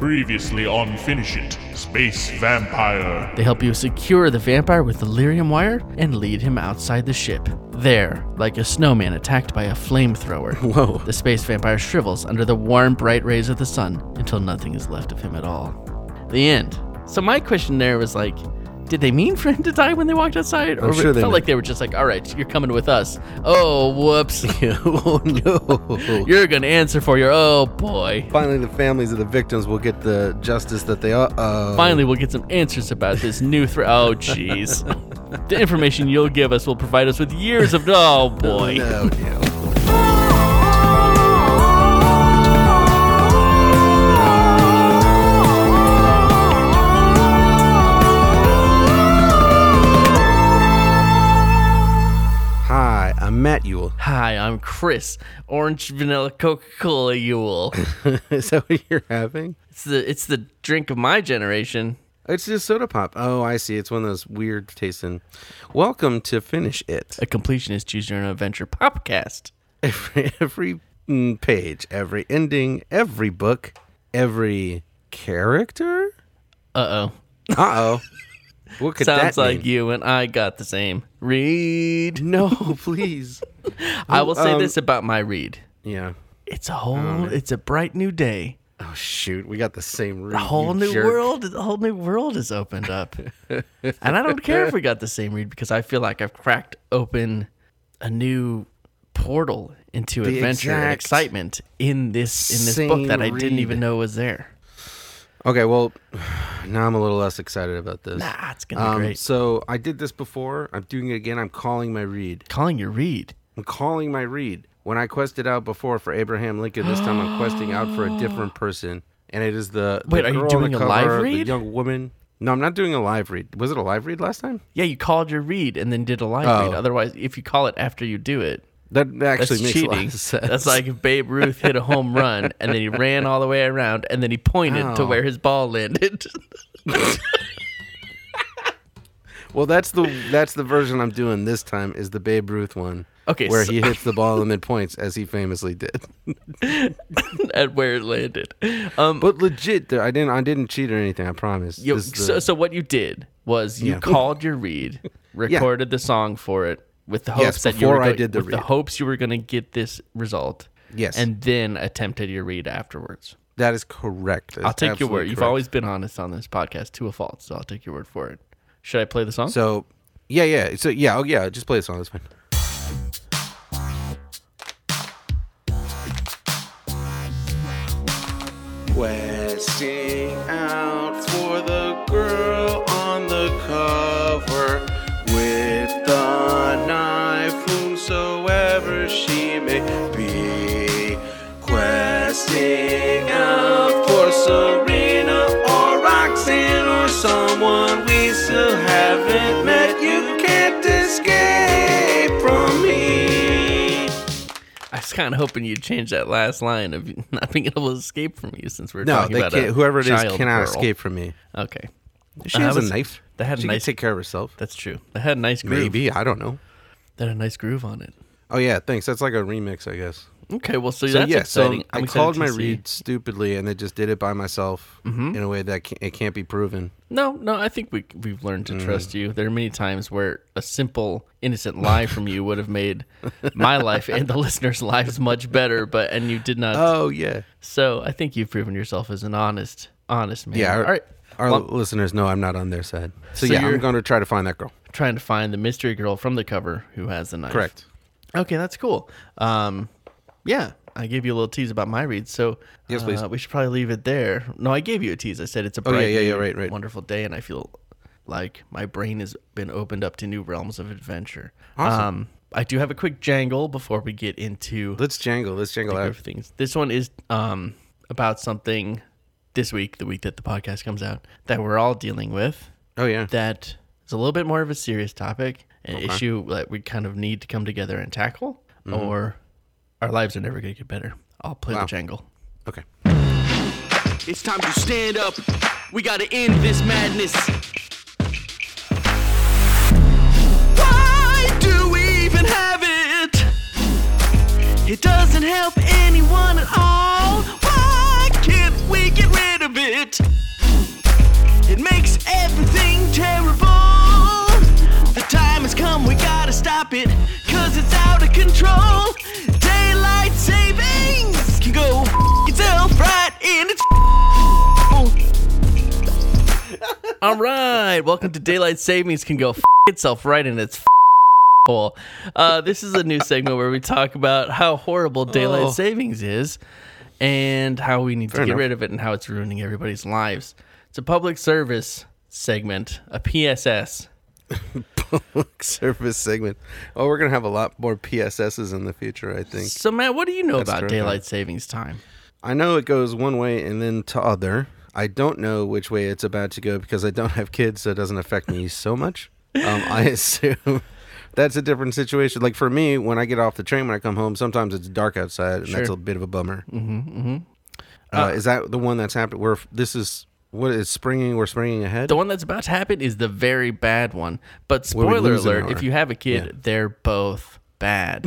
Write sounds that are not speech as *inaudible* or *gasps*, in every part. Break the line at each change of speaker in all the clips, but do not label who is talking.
Previously on Finish It, Space Vampire.
They help you secure the vampire with delirium wire and lead him outside the ship. There, like a snowman attacked by a
*laughs*
flamethrower,
Whoa.
the space vampire shrivels under the warm, bright rays of the sun until nothing is left of him at all. The end. So my question there was like, did they mean for him to die when they walked outside, or
I'm sure
it
they
felt
meant-
like they were just like, "All right, you're coming with us." Oh, whoops!
*laughs* oh no.
You're gonna answer for your oh boy.
Finally, the families of the victims will get the justice that they are. Uh,
Finally, we'll get some answers about this new threat. Oh,
*laughs*
jeez. the information you'll give us will provide us with years of. Oh, boy.
*laughs* No, no. Hi, I'm Matt Yule.
Hi, I'm Chris, Orange Vanilla Coca Cola Yule.
*laughs* Is that what you're having?
It's the, it's the drink of my generation.
It's just soda pop. Oh, I see. It's one of those weird tasting. Welcome to Finish It.
A completionist choose your own adventure popcast.
Every, every mm, page, every ending, every book, every character?
Uh oh.
Uh oh. What could
Sounds
that
like
mean?
you and I got the same. Read.
No, please. *laughs*
I will say
um,
this about my read.
Yeah.
It's a whole, it's a bright new day.
Oh shoot, we got the same read.
A whole
you
new
jerk.
world. A whole new world has opened up, and I don't care if we got the same read because I feel like I've cracked open a new portal into
The
adventure and
exact
excitement in this in this book
same
that I didn't
read.
even know was there.
Okay, well, *sighs* now I'm a little less excited about this.
Nah, it's gonna be
Um,
great.
so I did this before. I'm doing it again. I'm calling my read.
Calling your read.
I'm calling my read. When I quested out before for Abraham Lincoln, this time I'm questing out for a
*gasps*
different person, and it is the, the
Wait, are you
girl on
doing
the
a live
cover, the
read?
young woman. No, I'm not doing a live read. Was it a live read last time?
Yeah, you called your read and then did a live read.
Oh.
Otherwise, if you call it after you do it,
That
that's
actually makes a lot
cheating.
of sense.
*laughs* That's like if Babe Ruth hit a home run and then he ran all the way around and then he pointed to
Ow.
where his ball landed. *laughs*
well, that's the that's the version I'm doing this time is the Babe Ruth one.
Okay,
where
so-
he hits the ball and then points as he famously did.
at where it landed. Um,
But legit, though, I didn't I didn't cheat or anything. I promise.
you-
This is
so,
the-
so what you did was you
Yeah.
called your
*laughs*
read, recorded the song for it with the hopes
Yes,
that you were
before I
going-
did the
with the
read.
hopes you were going to get this result.
Yes.
and then attempted your read afterwards.
that is correct. That is
I'll take your
absolutely
word. You've
correct.
always been honest on this podcast to a fault, so I'll take your word for it. Should I play the song?
So, yeah, yeah. So, yeah, oh, yeah. Just play the song. That's fine. Questing out for the girl on the cover with the knife, whomsoever she may be. Questing out for Serena or Roxanne or someone we still haven't met. You can't escape from me.
I was kind of hoping you'd change that last line of *laughs* not being able to escape from you since we're
No,
talking
they
about a
can't. Whoever it is
child
cannot
girl.
escape from me.
Okay,
She
Uh,
has
that
a
was-
knife.
that had a
she
nice-
can take care of herself.
that's true. They had a nice groove.
Maybe I don't know.
They had a nice groove on it.
Oh yeah, thanks. That's like a remix, I guess.
Okay, well, so,
So
that's
yeah,
exciting.
so
I'm
I
excited
called
to
my
see- Mm-hmm.
read stupidly, and they just did it by myself in a way that can, it can't be proven.
No, no, I think we we've learned to
Mm.
trust you. There are many times where a simple, innocent lie from you would have made
*laughs*
my life and the listeners' lives much better, but and you did not.
Oh yeah,
so I think you've proven yourself as an honest, honest man.
yeah. Our,
All right.
our
Well,
listeners know I'm not on their side. So,
So
yeah,
you're-
I'm going to try to find that girl.
I'm trying to find the mystery girl from the cover who has the knife.
Correct.
Okay, that's cool. Um, yeah, I gave you a little tease about my read, so
Yes, please.
uh, we should probably leave it there. No, I gave you a tease. I said it's a
Oh, yeah,
bright,
yeah, yeah,
new,
right, right.
wonderful day, and I feel like my brain has been opened up to new realms of adventure.
Awesome.
Um, I do have a quick jangle before we get into
Let's jangle. Let's jangle
the
out.
groove of things. This one is um, about something this week, the week that the podcast comes out, that we're all dealing with
Oh yeah.
that is a little bit more of a serious topic, an issue that we kind of need to come together and tackle, or our lives are never going to get better. I'll play the jangle.
Okay.
It's time to stand up. We got to end this madness. Why do we even have it? It doesn't help anyone at all. Why can't we get rid of it?
it. It makes everything terrible. The time has come, we gotta stop it, cause it's out of control. Daylight savings can go f- itself right in its. f-
All right, welcome to Daylight Savings Can Go F- Itself Right in Its F- Hole. Uh, this is a new segment where we talk about how horrible daylight
Oh.
savings is, and how we need to get
enough.
rid of it, and how it's ruining everybody's lives. It's a public service segment, a PSS.
Public *laughs* service segment. Oh, we're gonna have a lot more PSSs in the future. I think.
So, Matt, what do you know about
terrific.
daylight savings time?
I know it goes one way and then to other. I don't know which way it's about to go because I don't *laughs* have kids, so it doesn't affect me so much. Um, I *laughs* assume that's a different situation. Like for me, when I get off the train when I come home, sometimes it's dark outside, and that's
Sure.
a bit of a bummer. Mm-hmm, Uh, is that the one that's happened? Where f- this is what is springing? We're springing ahead.
The one that's about to happen is the very bad one. But
Where we
spoiler
lose an
alert,
hour.
if you have a kid, they're both bad.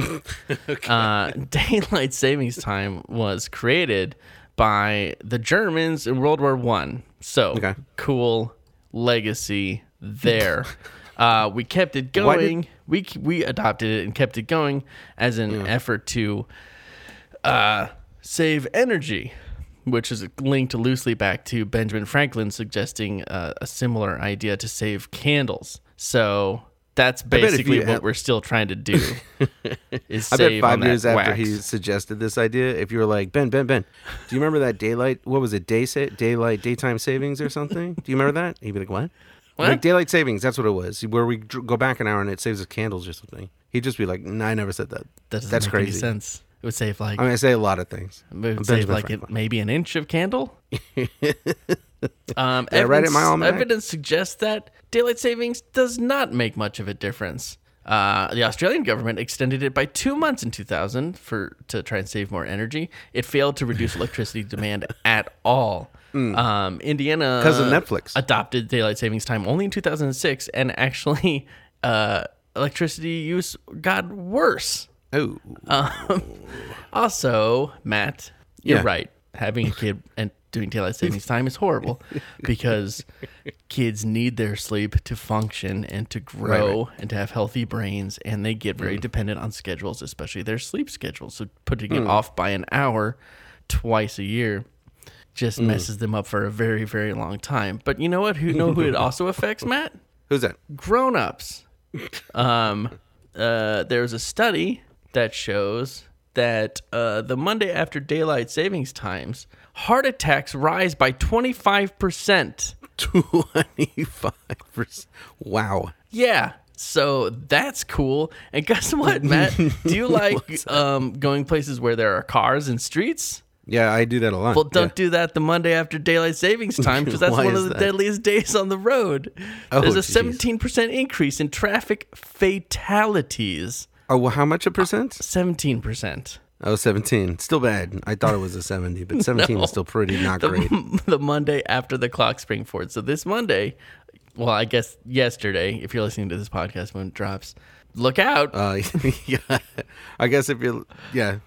*laughs*
uh, daylight savings time was created by the Germans in World War One. So
Okay.
cool legacy
*laughs*
there. uh, we kept it
Why did-
going. We we adopted it and kept it going as an effort to save energy, which is linked loosely back to Benjamin Franklin suggesting uh, a similar idea to save candles. So that's
bet if
basically
you
what
had-
we're still trying to
*laughs*
do. is
I
save
bet
on
five
that
years after
wax.
he suggested this idea, if you were like Ben, Ben, Ben, do you remember that daylight? What was it? Day sa- daylight, daytime savings or something? Do you remember that? He'd be like, what?
What?
Like daylight savings. That's what it was. Where we dr- go back an hour and it saves us candles or something. He'd just be like, nah, I never said that.
that doesn't
That's
make
crazy.
any sense. It would save like
I mean, I say a lot of things.
it would
I'm
save
Benjamin
like it,
Franklin.
maybe an inch of candle.
*laughs*
um,
I write it in my almanac?
evidence suggests that daylight savings does not make much of a difference. Uh, the Australian government extended it by two months in 2000 for to try and save more energy. It failed to reduce electricity
*laughs*
demand at all. Um, Indiana
Hmm. 'Cause of Netflix.
adopted daylight savings time only in 2006, and actually, uh, electricity use got worse.
Oh,
Also, Matt, you're
Yeah.
right. Having a kid and doing daylight savings time is horrible because kids need their sleep to function and to grow and to have healthy brains, and they get very dependent on schedules, especially their sleep schedules. So putting it off by an hour twice a year just messes them up for a very, very long time. But you know what? Who know who it also affects, Matt? *laughs*
who's that?
grown-ups um uh there's a study that shows that uh the monday after daylight savings times heart attacks rise by 25%
25%. Wow.
yeah so that's cool and guess what
*laughs*
matt do you like um going places where there are cars and streets
Yeah, I do that a lot.
well don't
Yeah.
do that the monday after daylight
*laughs*
savings time because that's
Why
one of
is
the
that?
deadliest days on the road
Oh,
there's a
geez.
17% increase in traffic fatalities
Oh, well, how much a percent?
Seventeen percent.
Oh, 17. Still bad. I thought it was a
*laughs*
70, but 17 is still pretty not great.
The Monday after the clock spring forward. So this Monday, well, I guess yesterday, if you're listening to this podcast when it drops, look out.
Uh, *laughs* yeah, I guess if you, yeah,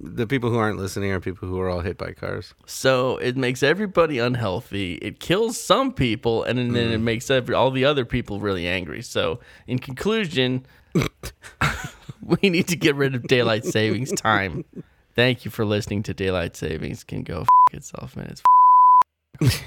the people who aren't listening are people who are all hit by cars.
so it makes everybody unhealthy. It kills some people, and then
Mm.
then it makes every all the other people really angry. So in conclusion, *laughs* we need to get rid of daylight savings time.
*laughs*
Thank you for listening to Daylight Savings Can Go F- Itself, man. It's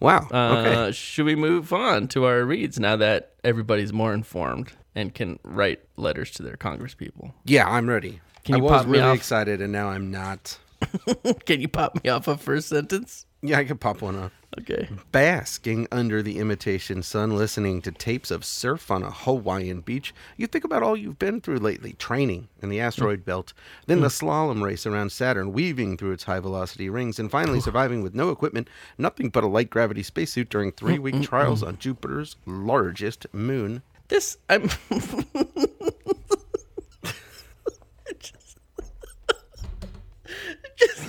Wow.
Uh,
okay.
Should we move on to our reads now that everybody's more informed and can write letters to their congresspeople?
Yeah, I'm ready.
Can
I
you
was
pop me
really
off?
excited, and now I'm not.
*laughs* can you pop me off a first sentence?
Yeah, I could pop one up.
Okay.
Basking under the imitation sun, listening to tapes of surf on a Hawaiian beach, you think about all you've been through lately training in the asteroid
Mm.
belt, then the slalom race around Saturn, weaving through its high velocity rings, and finally surviving with no equipment, nothing but a light gravity spacesuit during three
Mm,
week trials on Jupiter's largest moon.
This I'm. *laughs* *laughs*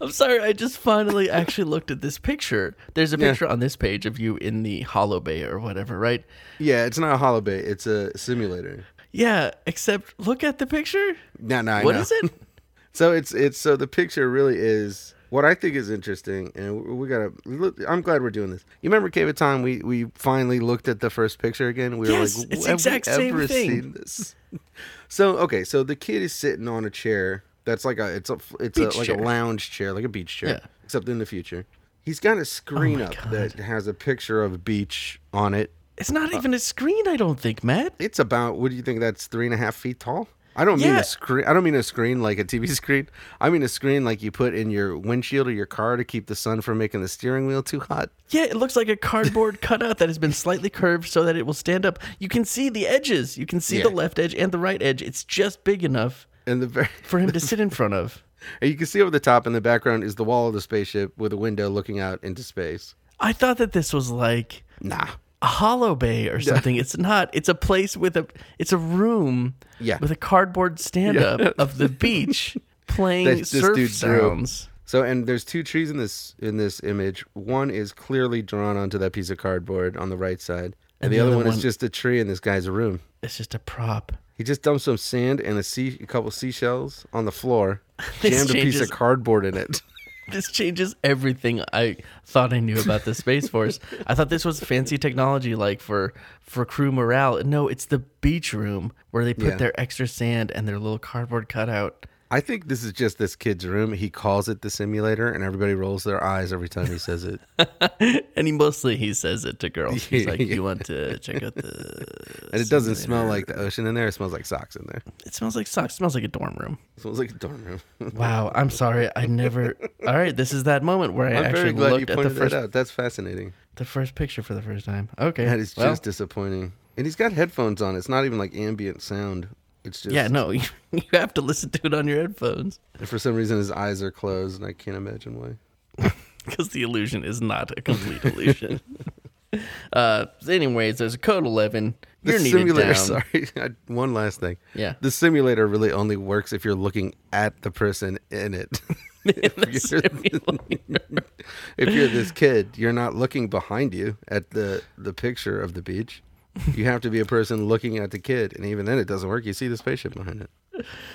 I'm sorry. I just finally actually looked at this picture. There's a
Yeah.
picture on this page of you in the Hollow Bay or whatever, right?
Yeah, it's not a holiday, it's a simulator.
Yeah. Except look at the picture.
No, no, I
What *laughs*
know.
is it?
So it's it's so the picture really is What I think is interesting, and we- we gotta. look- I'm glad we're doing this. You remember Cave of Time? We we finally looked at the first picture again. We
Yes,
were like,
it's the
"Have we
exact same
ever
thing."
seen this? So okay, so the kid is sitting on a chair. That's like a it's a it's a,
Beach
like
chair.
a lounge chair, like a beach chair,
Yeah. Oh
except in the future. He's got a screen
my
up
God.
that has a picture of a beach on it.
It's not even a screen, I don't think, Matt.
It's about what do you think? That's three and a half feet tall. I don't mean
Yeah.
a screen. I don't mean a screen like a TV *laughs* screen. I mean a screen like you put in your windshield of your car to keep the sun from making the steering wheel too hot.
Yeah, it looks like a *laughs* cardboard cutout that has been slightly curved so that it will stand up. You can see the edges. You can see the
Yeah.
left edge and the right edge. It's just big enough
And the very,
for him to sit in front of.
and *laughs* you can see over the top in the background is the wall of the spaceship with a window looking out into space.
*laughs* I thought that this was like
Nah,
a hollow bay or something. It's not. It's a place with a it's a room
Yeah.
with a cardboard stand up of the *laughs* beach playing
That this
surf
dude drew.
sounds.
So and there's two trees in this in this image. One is clearly drawn onto that piece of cardboard on the right side, and, the, other, one, is just a tree in this guy's room.
It's just a prop.
He just dumped some sand and a sea a couple seashells on the floor,
*laughs* This
jammed a piece
changes-
of cardboard in it.
This changes everything I thought I knew about the Space Force. I thought this was fancy technology like for for crew morale. No, it's the beach room where they put
Yeah.
their extra sand and their little cardboard cutout.
I think this is just this kid's room. He calls it the simulator, and everybody rolls their eyes every time he says
*laughs*
it.
And he mostly he says it to girls. He's like,
Yeah.
You want
*laughs*
to check out the
And it doesn't smell like the ocean in there. It smells like socks in there.
It smells like socks. It smells like a dorm room.
It smells like a dorm room. *laughs*
Wow, I'm sorry. I never. *laughs* All right, this is that moment where I
I'm
actually
very glad you
looked at the
pointed that
first
out. That's fascinating.
the first picture for the first time. Okay,
That is
well,
just disappointing. And he's got headphones on. It's not even like ambient sound. It's just
yeah. No, *laughs* you, you have to listen to it on your headphones
For some reason, his eyes are closed, and I can't imagine why.
because the illusion is not a complete *laughs* illusion. uh, anyways, there's a code eleven.
The
You're needed
simulator. *laughs*
down.
Sorry, I, one last thing.
Yeah.
the simulator really only works if you're looking at the person in it.
*laughs*
*laughs*
In *laughs* the
If you're-
simulator.
*laughs* if you're this kid, you're not looking behind you at the the picture of the beach. You have to be a person looking at the kid, and even then, it doesn't work. You see the spaceship behind it.
*laughs*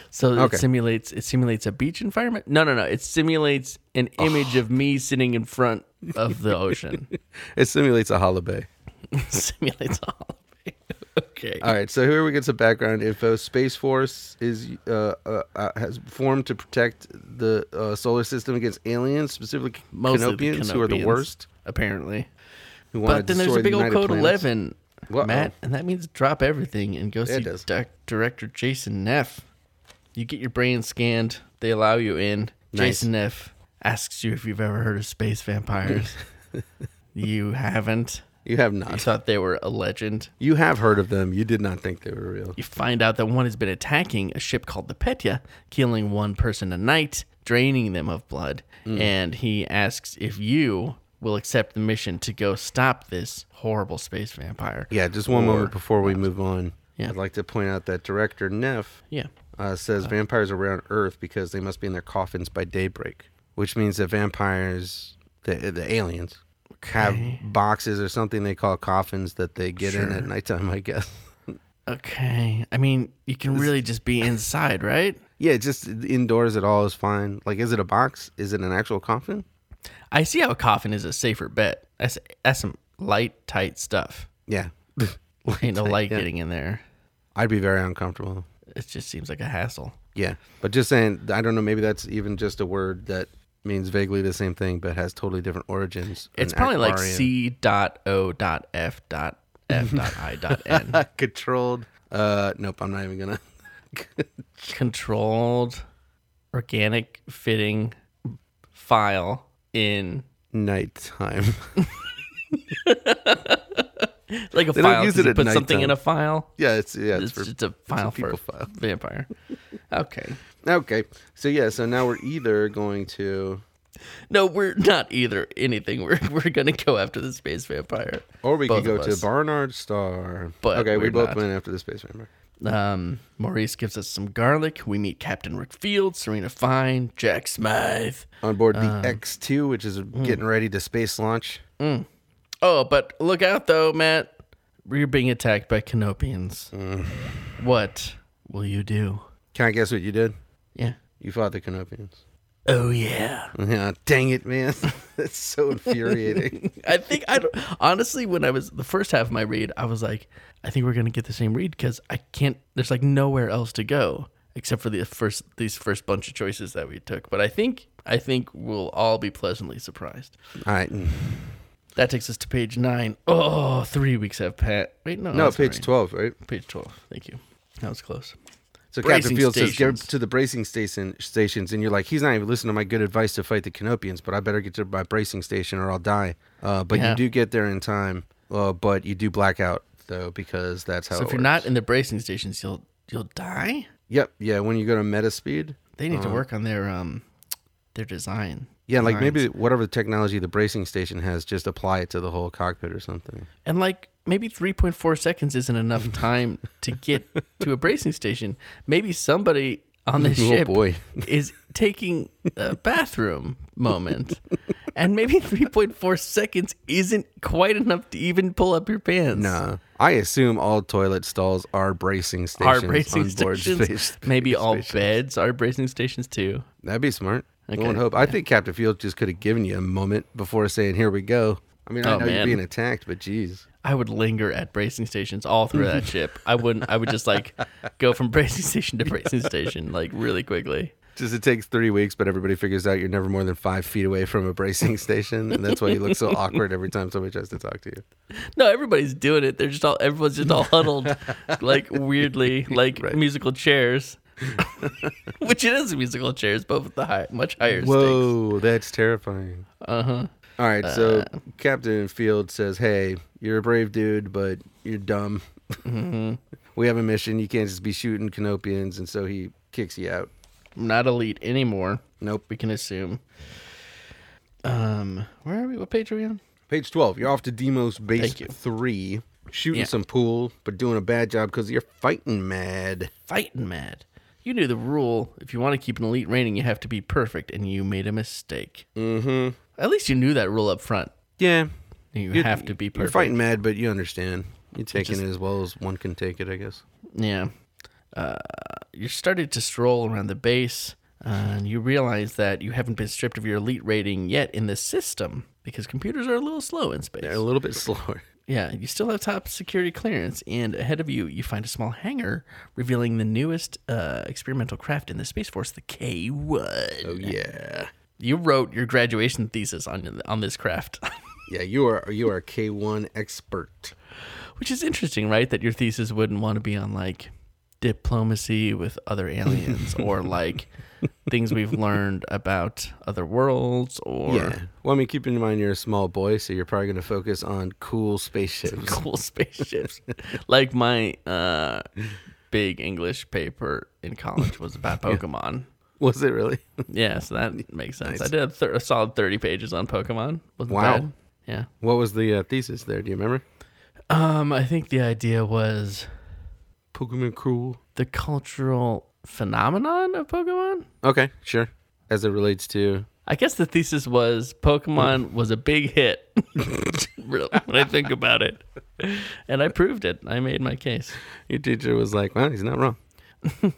So
Okay.
it simulates it simulates a beach environment. No, no, no. It simulates an image of me sitting in front of *laughs* the ocean.
It simulates a hollow bay.
simulates all of *laughs* it. Okay.
All right, so here we get some background info. Space Force is uh, uh, uh, has formed to protect the uh, solar system against aliens, specifically
Mostly the
Canopians, who are the
Canopians,
worst.
apparently.
Who wanna
But then there's
destroy
a
the
big old
United
code
Planets.
eleven,
Whoa.
Matt, and that means drop everything and go see
does.
doc- director Jason Neff. You get your brain scanned. They allow you in.
Nice.
Jason Neff asks you if you've ever heard of space vampires.
*laughs*
you haven't.
You have
You
not.
thought they were a legend.
You have heard of them. You did not think they were real.
You find out that one has been attacking a ship called the Petya, killing one person a night, draining them of blood.
Mm.
And he asks if you will accept the mission to go stop this horrible space vampire.
Yeah, just one moment before we move on.
Yeah.
I'd like to point out that director Neff
Yeah.
uh, says vampires are around Earth because they must be in their coffins by daybreak, which means that vampires, the, the aliens, have boxes or something they call coffins that they get in at nighttime, I guess. *laughs*
Okay. I mean, you can really just be inside, right?
yeah, just indoors at all is fine. Like, is it a box? Is it an actual coffin?
I see how a coffin is a safer bet. That's, that's some light, tight stuff.
Yeah. *laughs*
Ain't no light
yeah.
getting in there.
I'd be very uncomfortable.
It just seems like a hassle.
Yeah. But just saying, I don't know, maybe that's even just a word that means vaguely the same thing, but has totally different origins.
It's
An
probably like
aquarium. *laughs*
C dot O dot F dot F dot I dot *laughs* N.
controlled. Uh, nope, I'm not even gonna. *laughs*
controlled organic fitting file in
Nighttime. *laughs*
like a
don't
file.
use
Does
it
it
at
put something
nighttime.
in a file.
yeah, it's yeah, it's,
It's,
for,
just a file for
people file.
*laughs* vampire. Okay.
okay. So yeah, so now we're either going to,
No, we're not either anything. *laughs* We're we're gonna go after the space vampire.
or we
Both
could go
of
to
us.
Barnard Star.
But
okay, we
we're
both
not.
went after the space vampire.
Um, Maurice gives us some garlic. We meet Captain Rick Field, Serena Fine, Jack Smythe.
On board the
Um,
X2, which is
hmm.
getting ready to space launch.
Oh, but look out though, Matt. You're being attacked by Canopians. What will you do?
Can I guess what you did?
Yeah.
You fought the Canopians.
Oh yeah.
Yeah, dang
*laughs*
it, man. That's so infuriating.
I think I don't- honestly when I was the first half of my read, I was like, I think we're gonna get the same read because I can't. There's like nowhere else to go except for the first these first bunch of choices that we took. But I think I think we'll all be pleasantly surprised.
*laughs* All right.
Mm, That takes us to page nine. Oh, three weeks have passed. Wait, no,
No,
that's
page
all right.
12, right?
Page twelve. Thank you. That was close.
So
Bracing
Captain Field says, get
stations.
to the bracing station, stations, and you're like, he's not even listening to my good advice to fight the Canopians, but I better get to my bracing station or I'll die. Uh, but
Yeah.
you do get there in time, uh, but you do black out, though, because that's how
So
it
if you're
works.
not in the bracing stations, you'll you'll die.
Yep, yeah, when you go to meta speed.
They need to work on their um their design.
Uh-huh. Yeah, like
Designs.
maybe whatever technology the bracing station has, just apply it to the whole cockpit or something.
and like maybe 3.4 seconds isn't
*laughs*
enough time to get to a bracing station. Maybe somebody on this
*laughs* Oh,
ship
boy.
is taking
*laughs*
a bathroom moment. And maybe 3.4 seconds isn't quite enough to even pull up your pants.
Uh, I assume all toilet stalls are bracing
Our
stations
bracing
on board
stations,
space.
maybe all beds are bracing stations too.
That'd be smart.
Okay.
One would hope. I think Captain Field just could have given you a moment before saying, "Here we go." I mean, I
Oh,
know
man.
you're being attacked, but geez,
I would linger at bracing stations all through
*laughs*
that ship. I wouldn't. I would just like go from bracing station to bracing station like really quickly.
just it takes three weeks, but everybody figures out you're never more than five feet away from a bracing *laughs* station, and that's why you look so *laughs* awkward every time somebody tries to talk to you.
No, everybody's doing it. They're just all everyone's just all
*laughs*
huddled, like weirdly, like
Right.
musical
*laughs*
chairs, which it is musical chairs, but with the high, much higher stakes.
Whoa, that's terrifying. Uh huh. All right, so Captain Field says, "Hey, you're a brave dude, but you're dumb. Mm-hmm. *laughs* we have a mission. You can't just be shooting canopians." And so he kicks you out.
Not elite anymore.
Nope.
We can assume. Um, where are we? What page are we on?
Page 12, you're off to Demos Base
Thank you.
3, shooting
Yeah.
some pool, but doing a bad job because you're fighting mad.
Fighting mad. You knew the rule. If you want to keep an elite rating, you have to be perfect, and you made a mistake. Mm-hmm. At least you knew that rule up front.
Yeah.
You have to be
You're
perfect.
fighting mad, but you understand. You're taking it as well as one can take it, I guess.
Yeah. Uh, you started to stroll around the base, uh, and you realize that you haven't been stripped of your elite rating yet in the system because computers are a little slow in space.
They're a little bit slower.
Yeah, you still have top security clearance, and ahead of you, you find a small hangar revealing the newest uh, experimental craft in the Space Force, the K 1.
*laughs* Oh, yeah.
You wrote your graduation thesis on, on this craft, *laughs*
Yeah, you are you are a K1 expert.
which is interesting, right? That your thesis wouldn't want to be on like diplomacy with other
*laughs*
aliens or like things we've learned about other worlds or
Yeah. Well, I mean, keep in mind you're a small boy, so you're probably going to focus on cool *laughs*
*laughs*
spaceships.
cool spaceships. like my uh, big English paper in college was about Pokemon.
Was it really? *laughs*
Yeah, so that makes sense. I did a, thir- a solid 30 pages on Pokemon. Wasn't
Wow.
bad. Yeah.
what was the uh, thesis there? Do you remember?
Um, I think the idea was
Pokemon cool.
the cultural phenomenon of Pokemon.
Okay, sure. As it relates to
I guess the thesis was Pokemon was a big hit. *laughs* really, when I think about it, and I proved it. I made my case.
Your teacher was like, "Well, he's not wrong."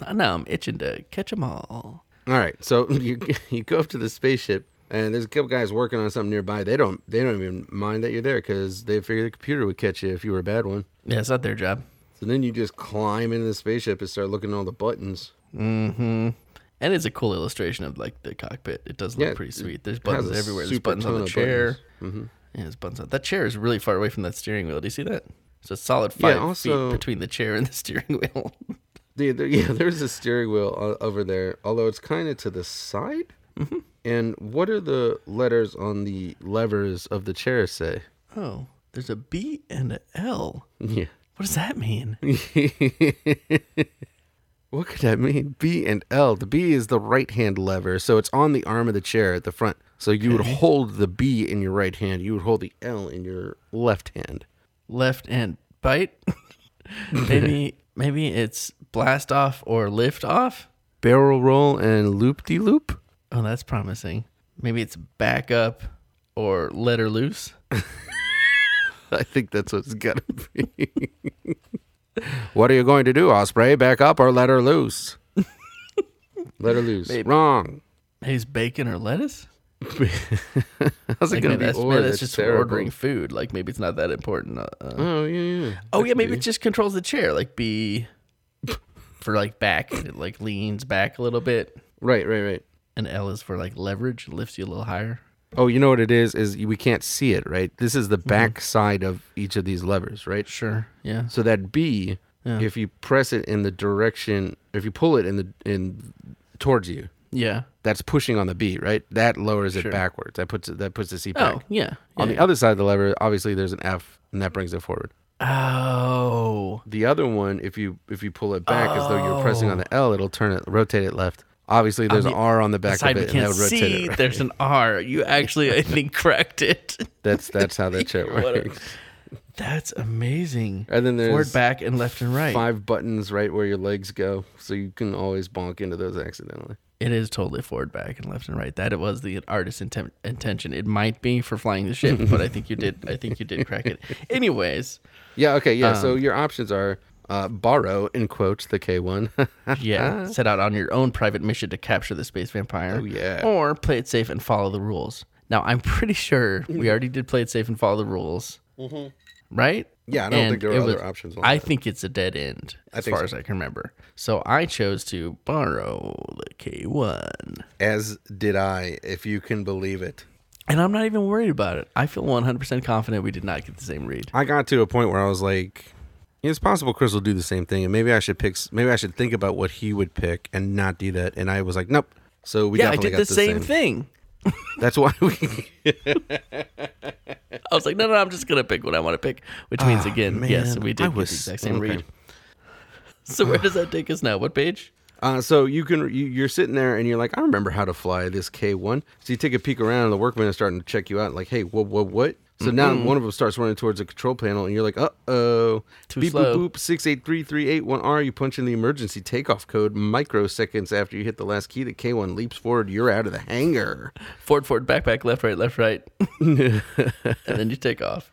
I know I'm itching to catch 'em all.
All right, so *laughs* you you go up to the spaceship, and there's a couple guys working on something nearby. They don't they don't even mind that you're there because they figure the computer would catch you if you were a bad one.
Yeah, it's not their job.
So then you just climb into the spaceship and start looking at all the buttons.
And it's a cool illustration of like the cockpit. It does look
Yeah,
pretty
it
sweet. There's
has
buttons
a
everywhere. There's
super
buttons on
ton
the
of
chair.
buttons.
Yeah, there's buttons on that chair is really far away from that steering wheel. Do you see that? It's a solid five
also-
feet between the chair and the *laughs* steering wheel.
The, the, *laughs* yeah, there's a steering wheel o- over there, although it's kind of to the side.
Mm-hmm.
And what are the letters on the levers of the chair say? *laughs*
oh, there's a B and a L.
Yeah.
What does that mean?
*laughs* What could that mean? B and L. The B is the right hand lever, so it's on the arm of the chair at the front. So you would hold the B in your right hand. You would hold the L in your left hand.
left and bite. *laughs* maybe maybe it's blast off or lift off.
Barrel roll and loop de loop.
Oh, that's promising. Maybe it's back up or let her loose.
*laughs* I think that's what it's gotta be. *laughs* what are you going to
*laughs*
do, Osprey? Back up or let her loose? let her loose. Wrong. *laughs*
He's bacon or lettuce?
How's it
Like
gonna
maybe
be?
that's,
or
maybe that's
that's
just for
terrible.
ordering food. Like maybe it's not that important. Uh, uh,
Oh yeah, yeah.
oh yeah, maybe it just controls the chair. Like B *laughs* for like back, it like leans back a little bit.
Right, right, right.
And L is for like leverage, lifts you a little higher.
Oh, you know what it is? Is we can't see it, right? This is the back side of each of these levers, right?
Mm-hmm. Sure. Yeah.
So that B,
Yeah.
if you press it in the direction, if you pull it in the in towards you,
Yeah.
that's pushing on the B, right? That lowers it backwards. That puts it, that puts the C back.
Oh yeah.
On the
yeah.
other side of the lever, obviously there's an F, and that brings it forward.
oh.
The other one, if you if you pull it back as though you're pressing on the L, it'll turn it, rotate it left. Obviously, there's
the
an R on the back
Side
of
we
it, and that
can't
would rotate
see.
it. right.
There's an R. You actually, I *laughs* think, cracked it.
That's that's
*laughs*
how that shit
What a-
works.
That's amazing.
And then
forward,
there's
back, and left and right.
five buttons right where your legs go, so you can always bonk into those accidentally.
It is totally forward, back, and left and right. That it was the artist's inten- intention. It might be for flying the ship, but I think you did. I think you did
*laughs*
crack it. Anyways,
Yeah, okay, yeah.
Um,
so your options are uh, borrow in quotes the K one. *laughs*
yeah, uh, set out on your own private mission to capture the space vampire.
Oh, yeah.
Or play it safe and follow the rules. Now I'm pretty sure
*laughs*
we already did play it safe and follow the rules,
Mm-hmm.
right?
Yeah, I don't
And
think there were
it
other
was-
options on
I
that.
think it's a dead end as
think
far as
so.
I can remember. So I chose to borrow the K one.
As did I, if you can believe it.
And I'm not even worried about it. I feel 100% confident we did not get the same read.
I got to a point where I was like, it's possible Chris will do the same thing, and maybe I should pick. s- Maybe I should think about what he would pick and not do that. And I was like, nope. So we
yeah, I
definitely
did
got
the same thing.
That's why
*laughs*
we.
I was like, no, no, I'm just going to pick what I want to pick, which means, again, yes,
Ah, man,
we
I
did
was-
get the exact same
okay.
read. So where does that take us now? What page?
Uh, so you can you, you're sitting there and you're like, I remember how to fly this K1. So you take a peek around and the workmen are starting to check you out. Like, hey, what what what? So now
Mm-hmm.
one of them starts running towards the control panel and you're like, uh oh.
Too
Beep
slow.
boop boop six eight three three eight one R. You punch in the emergency takeoff code. Microseconds after you hit the last key, the K1 leaps forward. You're out of the hangar.
Forward, forward, back, back, left, right, left,
*laughs*
right. and then you take off.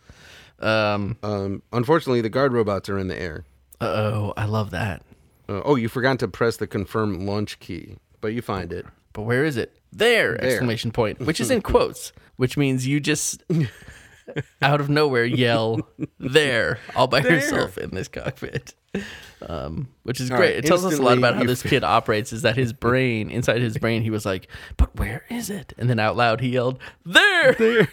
Um,
Um, unfortunately, the guard robots are in the air.
uh-oh, I love that.
Uh, oh, you forgot to press the confirm launch key, but you find it.
But where is it? There, exclamation point, which is in
*laughs*
quotes, which means you just out of nowhere yell there all by yourself in this cockpit. Um, which is
All
great.
right,
It tells us a lot
instantly
about how
you
this kid operates is that his brain, inside his brain, he was like, But where is it? And then out loud he yelled, There!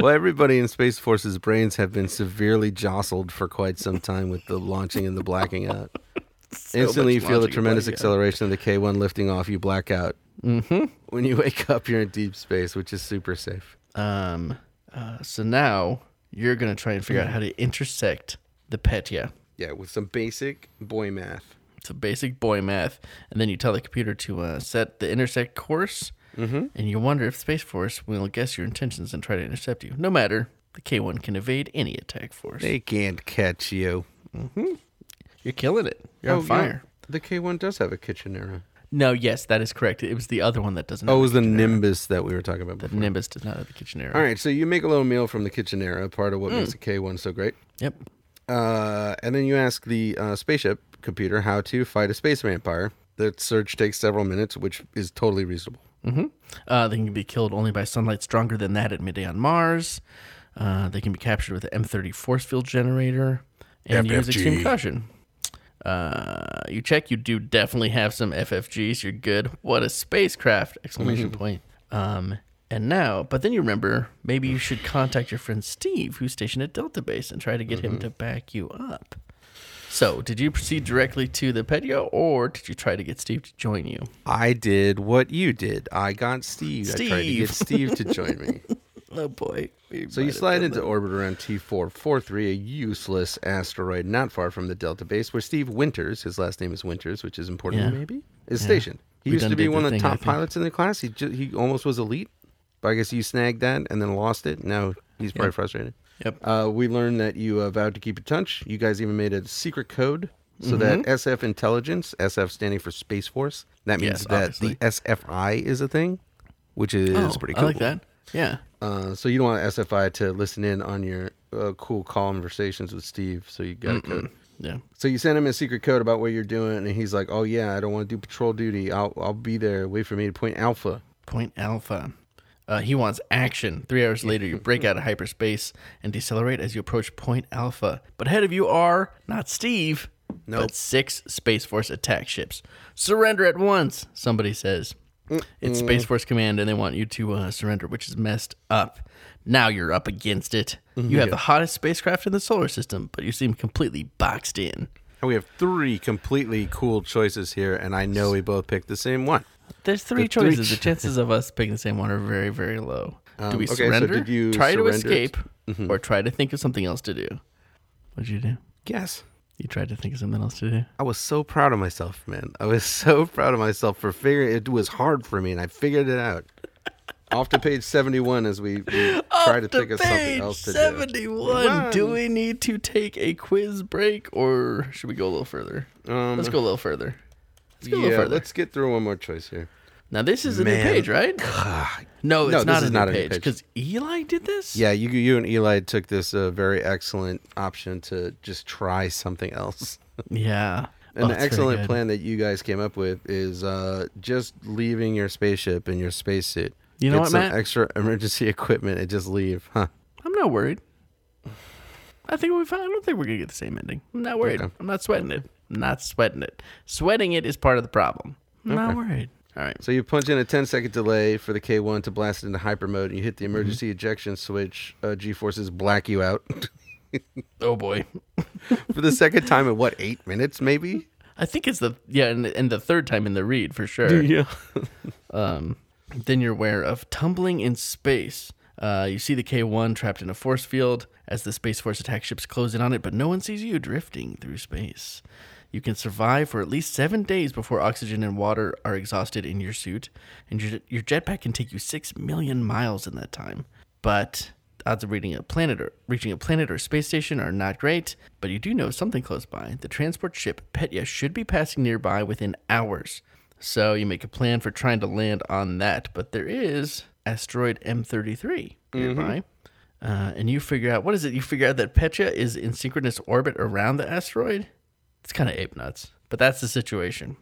Well, everybody in Space Force's brains have been severely jostled for quite some time with the launching and the blacking
*laughs*
out. Instantly, you
much
feel
launching
the
and
tremendous
blacking out.
acceleration of the K1 lifting off. You black out. Mm-hmm. When you wake up, you're in deep space, which is super safe.
Um, uh, so now you're going to try and figure out how to intersect the Petya.
Yeah, with some basic boy math.
It's a basic boy math, and then you tell the computer to uh, set the intersect course, mm-hmm. and you wonder if Space Force will guess your intentions and try to intercept you. No matter, the K1 can evade any attack force.
They can't catch you.
You're killing it. Oh, You're on
Oh, yeah.
fire.
The K1 does have a kitchen era.
No, yes, that is correct. It was the other one that doesn't.
Oh, it
have
was the Nimbus that we were talking about.
the
Before.
Nimbus does not have the Kitchener.
All right, so you make a little meal from the kitchen era, part of what
Hmm.
makes the K1 so great.
Yep.
Uh, and then you ask the uh, spaceship computer how to fight a space vampire. The search takes several minutes, which is totally reasonable.
Uh, they can be killed only by sunlight stronger than that at midday on Mars. Uh, they can be captured with an M30 force field generator and use extreme caution. Uh, you check, you do definitely have some FFGs. You're good. What a spacecraft! Exclamation
Mm-hmm.
point. Um, and now, but then you remember, maybe you should contact your friend Steve, who's stationed at Delta Base, and try to get
Mm-hmm.
him to back you up. So, did you proceed directly to the Petio, or did you try to get Steve to join you?
I did what you did. I got Steve. I tried to get
Steve.
Steve to join me.
Oh boy! we
*laughs* So
might
you
have
slide
done
into orbit around T443, a useless asteroid not far from the Delta base, where Steve Winters, his last name is Winters, which is important,
Yeah.
maybe, is stationed. He
We
used
done
to be
did the
one of the
thing, I
top
think.
pilots in the class. He ju- he almost was elite, but I guess you snagged that and then lost it. Now he's probably frustrated.
Yep.
Uh, we learned that you uh, vowed to keep in touch. You guys even made a secret code so
Mm-hmm.
that SF Intelligence, SF standing for Space Force, that means
Yes,
that
obviously.
the SFI is a thing, which is
Oh,
pretty
I
cool.
like that. Yeah.
Uh, so you don't want SFI to listen in on your uh, cool conversations with Steve. So you got a code.
Yeah.
So you send him a secret code about what you're doing, and he's like, "Oh yeah, I don't want to do patrol duty. I'll I'll be there. Wait for me to point Alpha."
Point Alpha. Uh, he wants action. Three hours later, you break out of hyperspace and decelerate as you approach Point Alpha. But ahead of you are not Steve,
Nope.
but six Space Force attack ships. Surrender at once, somebody says. It's Space Force Command, and they want you to uh, surrender, which is messed up. Now you're up against it. You have the hottest spacecraft in the solar system, but you seem completely boxed in.
And we have three completely cool choices here, and I know we both picked the same one.
There's three
The three
choices. the chances of us picking the same one are very, very low. do we
Um, okay, so
surrender?
did you
try to
surrender? Mm-hmm.
escape, or try to think of something else to do? What'd you do?
Yes.
You tried to think of something else to do.
I was so proud of myself, man. I was *laughs* so proud of myself for figuring it was hard for me, and I figured it out. Off to page 71 as we, we try to think of something else to do.
Seventy-one. Do
Run.
we need to take a quiz break, or should we go a little further?
Um,
let's go a little further. Let's go a
yeah,
little further.
let's get through one more choice here.
Now this is a
Man.
new page, right? No, it's
No, this
not,
is
a,
not
new
a new
page
page.
because Eli did this.
Yeah, you you and Eli took this uh, very excellent option to just try
*laughs*
something else.
yeah.
And
Oh, it's
the
very
excellent
good.
plan that you guys came up with is uh, just leaving your spaceship in your spacesuit.
You know
Get
what,
some
Matt?
extra emergency *laughs* equipment and just leave, huh?
I'm not worried. I think we. fine. I don't think we're gonna get the same ending. I'm not worried. I'm not sweating it. I'm not sweating it. Sweating it is part of the problem. I'm not worried. All right.
So you punch in a 10 second delay for the K1 to blast it into hyper mode, and you hit the emergency ejection switch. Uh, G forces black you out *laughs*
Oh boy.
for the second time in what eight minutes, maybe?
I think it's the yeah, and, and the third time in the read for sure. Yeah. um, then you're aware of tumbling in space. Uh, you see the K1 trapped in a force field as the Space Force attack ships close in on it, but no one sees you drifting through space. You can survive for at least seven days before oxygen and water are exhausted in your suit, and your, your jetpack can take you six million miles in that time. But the odds of reading a planet or reaching a planet or space station are not great, but you do know something close by. The transport ship Petya should be passing nearby within hours. So you make a plan for trying to land on that, but there is asteroid M33 nearby.
Mm-hmm.
Uh, and you figure out what is it? You figure out that Petya is in synchronous orbit around the asteroid. It's kind of ape nuts, but that's the situation.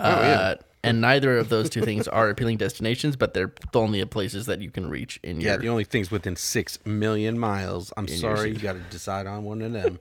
Oh,
Uh, and neither of those two things are appealing destinations, but they're only places that you can reach in
Yeah,
your
the only thing's within six million miles. I'm sorry, you got to decide on one of *laughs* them.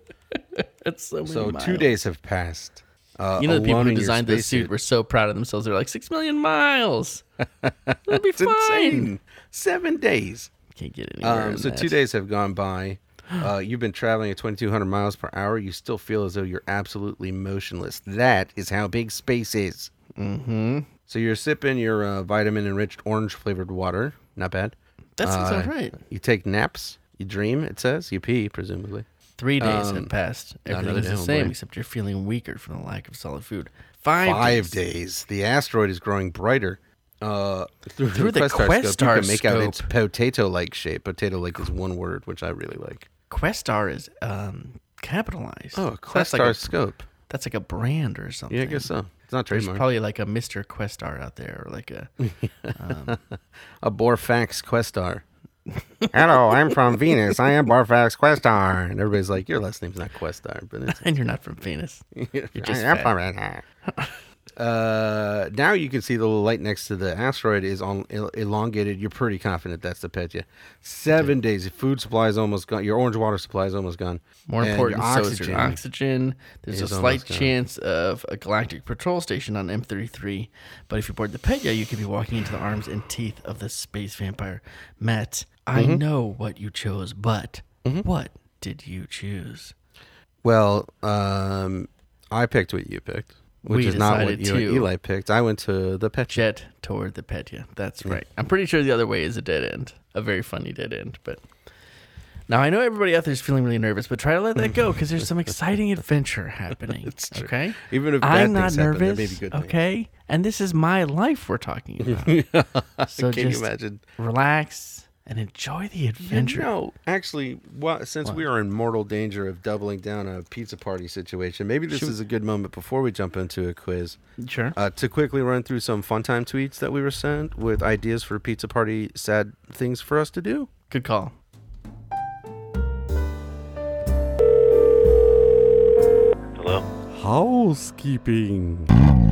That's so many
So
miles.
two days have passed. Uh,
You know, the people
alone
who
in your
designed this suit
spacesuit.
were so proud of themselves. They're like, six million
*laughs*
miles. It'll be fine.
It's insane. Seven days.
Can't get anywhere.
Um,
in
so
that.
two days have gone by. Uh, you've been traveling at 2,200 miles per hour. You still feel as though you're absolutely motionless. That is how big space is. Mm-hmm. So you're sipping your uh, vitamin-enriched orange-flavored water. Not bad.
That sounds
Uh,
all right.
You take naps. You dream. It says you pee, presumably.
Three days have passed.
Um, another
Everything's
day,
the
oh
same,
boy.
except you're feeling weaker from the lack of solid food. Five,
Five days. The asteroid is growing brighter. Uh, through,
Through the
scope, you can
Questar
make out its potato-like shape. Potato-like is one word, which I really like.
Questar is um, capitalized. So
Oh,
that's like
Questar
a-
scope.
That's like a brand or something.
Yeah, I guess so. It's not
There's
trademark.
probably like a Mr. Questar out there, or like
*laughs*
a
a Borfax Questar. Hello, I'm from Venus. I am Borfax Questar. And everybody's like, your last name's not Questar,
*laughs*
but it's
and you're not from Venus.
you're
just fat. *laughs*
Uh, now you can see the little light next to the asteroid is on el- elongated. You're pretty confident that's the Petya. Seven days. Your food supply is almost gone. Your orange water supply is almost gone.
More
And your
important, so is your oxygen. There's a
is
slight
almost gone.
chance of a galactic patrol station on M33, but if you board the Pega, you could be walking into the arms and teeth of the space vampire. Matt, I
Mm-hmm.
know what you chose, but what did you choose?
Well, um, I picked what you picked, which
We
is not what
decided
you and
to-
Eli picked. I went to the Petya.
Jet toward the Petya. That's right. I'm pretty sure the other way is a dead end, a very funny dead end. But now I know everybody out there is feeling really nervous, but try to let that go because there's some exciting adventure
*laughs*
happening. Okay,
Even if bad
I'm not
things happen,
nervous,
there may be good things.
okay, and this is my life we're talking
*laughs*
about. so
Can
just
you imagine?
relax and enjoy the adventure.
No, actually, wha- since we are in mortal danger of doubling down on a pizza party situation, maybe this is a good moment before we jump into a quiz
Sure.
uh, to quickly run through some fun time tweets that we were sent with ideas for pizza party sad things for us to do.
Good call.
Hello?
Housekeeping.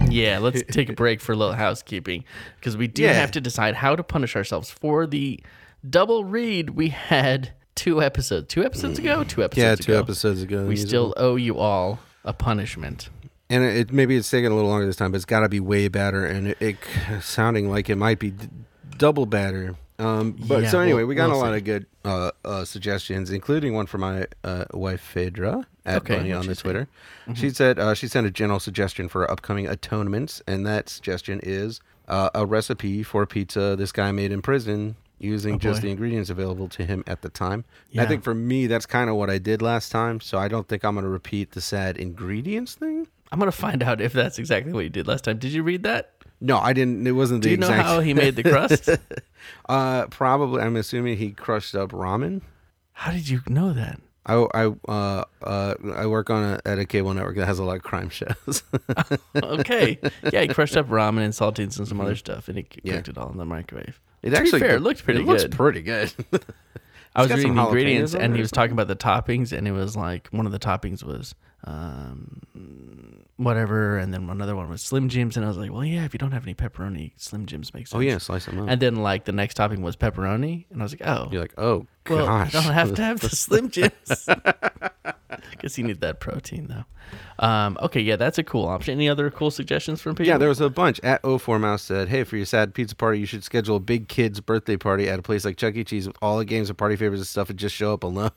yeah,
*laughs*
let's take a break for a little housekeeping because we do
Yeah.
have to decide how to punish ourselves for the double read we had two episodes, two episodes ago, two episodes
Yeah,
ago.
two episodes ago.
We still owe you all a punishment.
and it, it- maybe it's taking a little longer this time, but it's got to be way better, and it, it sounding like it might be d- double better. Um, but
Yeah,
so anyway,
we'll-
we got
we'll
a lot
see.
of good uh, uh, suggestions, including one from my uh, wife Phaedra at
Okay, Mm-hmm.
Bunny on
what'd she
the
say?
Twitter. She said uh, she sent a general suggestion for upcoming atonements, and that suggestion is uh, a recipe for pizza this guy made in prison using just
Oh, boy.
the ingredients available to him at the time. I
Yeah.
think for me, that's kind of what I did last time, so I don't think I'm going to repeat the sad ingredients thing.
I'm gonna find out if that's exactly what you did last time. Did you read that?
No, I didn't. It wasn't the
Do you know
exact.
how he
*laughs*
made the crust?
uh, probably. I'm assuming he crushed up ramen.
how did you know that?
I I uh, uh, I work on a, at a cable network that has a lot of crime shows. *laughs*
Okay, yeah, he crushed up ramen and saltines and some other stuff, and he cooked
Mm-hmm. Yeah.
it all in the microwave.
It
To be
actually
fair, it looked pretty
It looks
good.
pretty good. *laughs*
I was
got
reading
some
the
jalapenos
ingredients,
on
and
it
he
or
was talking about the toppings, and it was like one of the toppings was um, whatever, and then another one was Slim Jims, and I was like, well, yeah, if you don't have any pepperoni, Slim Jims makes sense.
oh yeah, slice them up.
And then like the next topping was pepperoni, and I was like, oh,
You're like, oh
well,
gosh,
you don't have to
*laughs*
have the Slim Jims. *laughs* Guess you need that protein though. Um, okay, yeah, that's a cool option. Any other cool suggestions from people?
*laughs* Yeah, there was a bunch. At O4 Mouse said, Hey, for your sad pizza party, you should schedule a big kid's birthday party at a place like Chuck E. Cheese with all the games and party favors and stuff and just show up alone.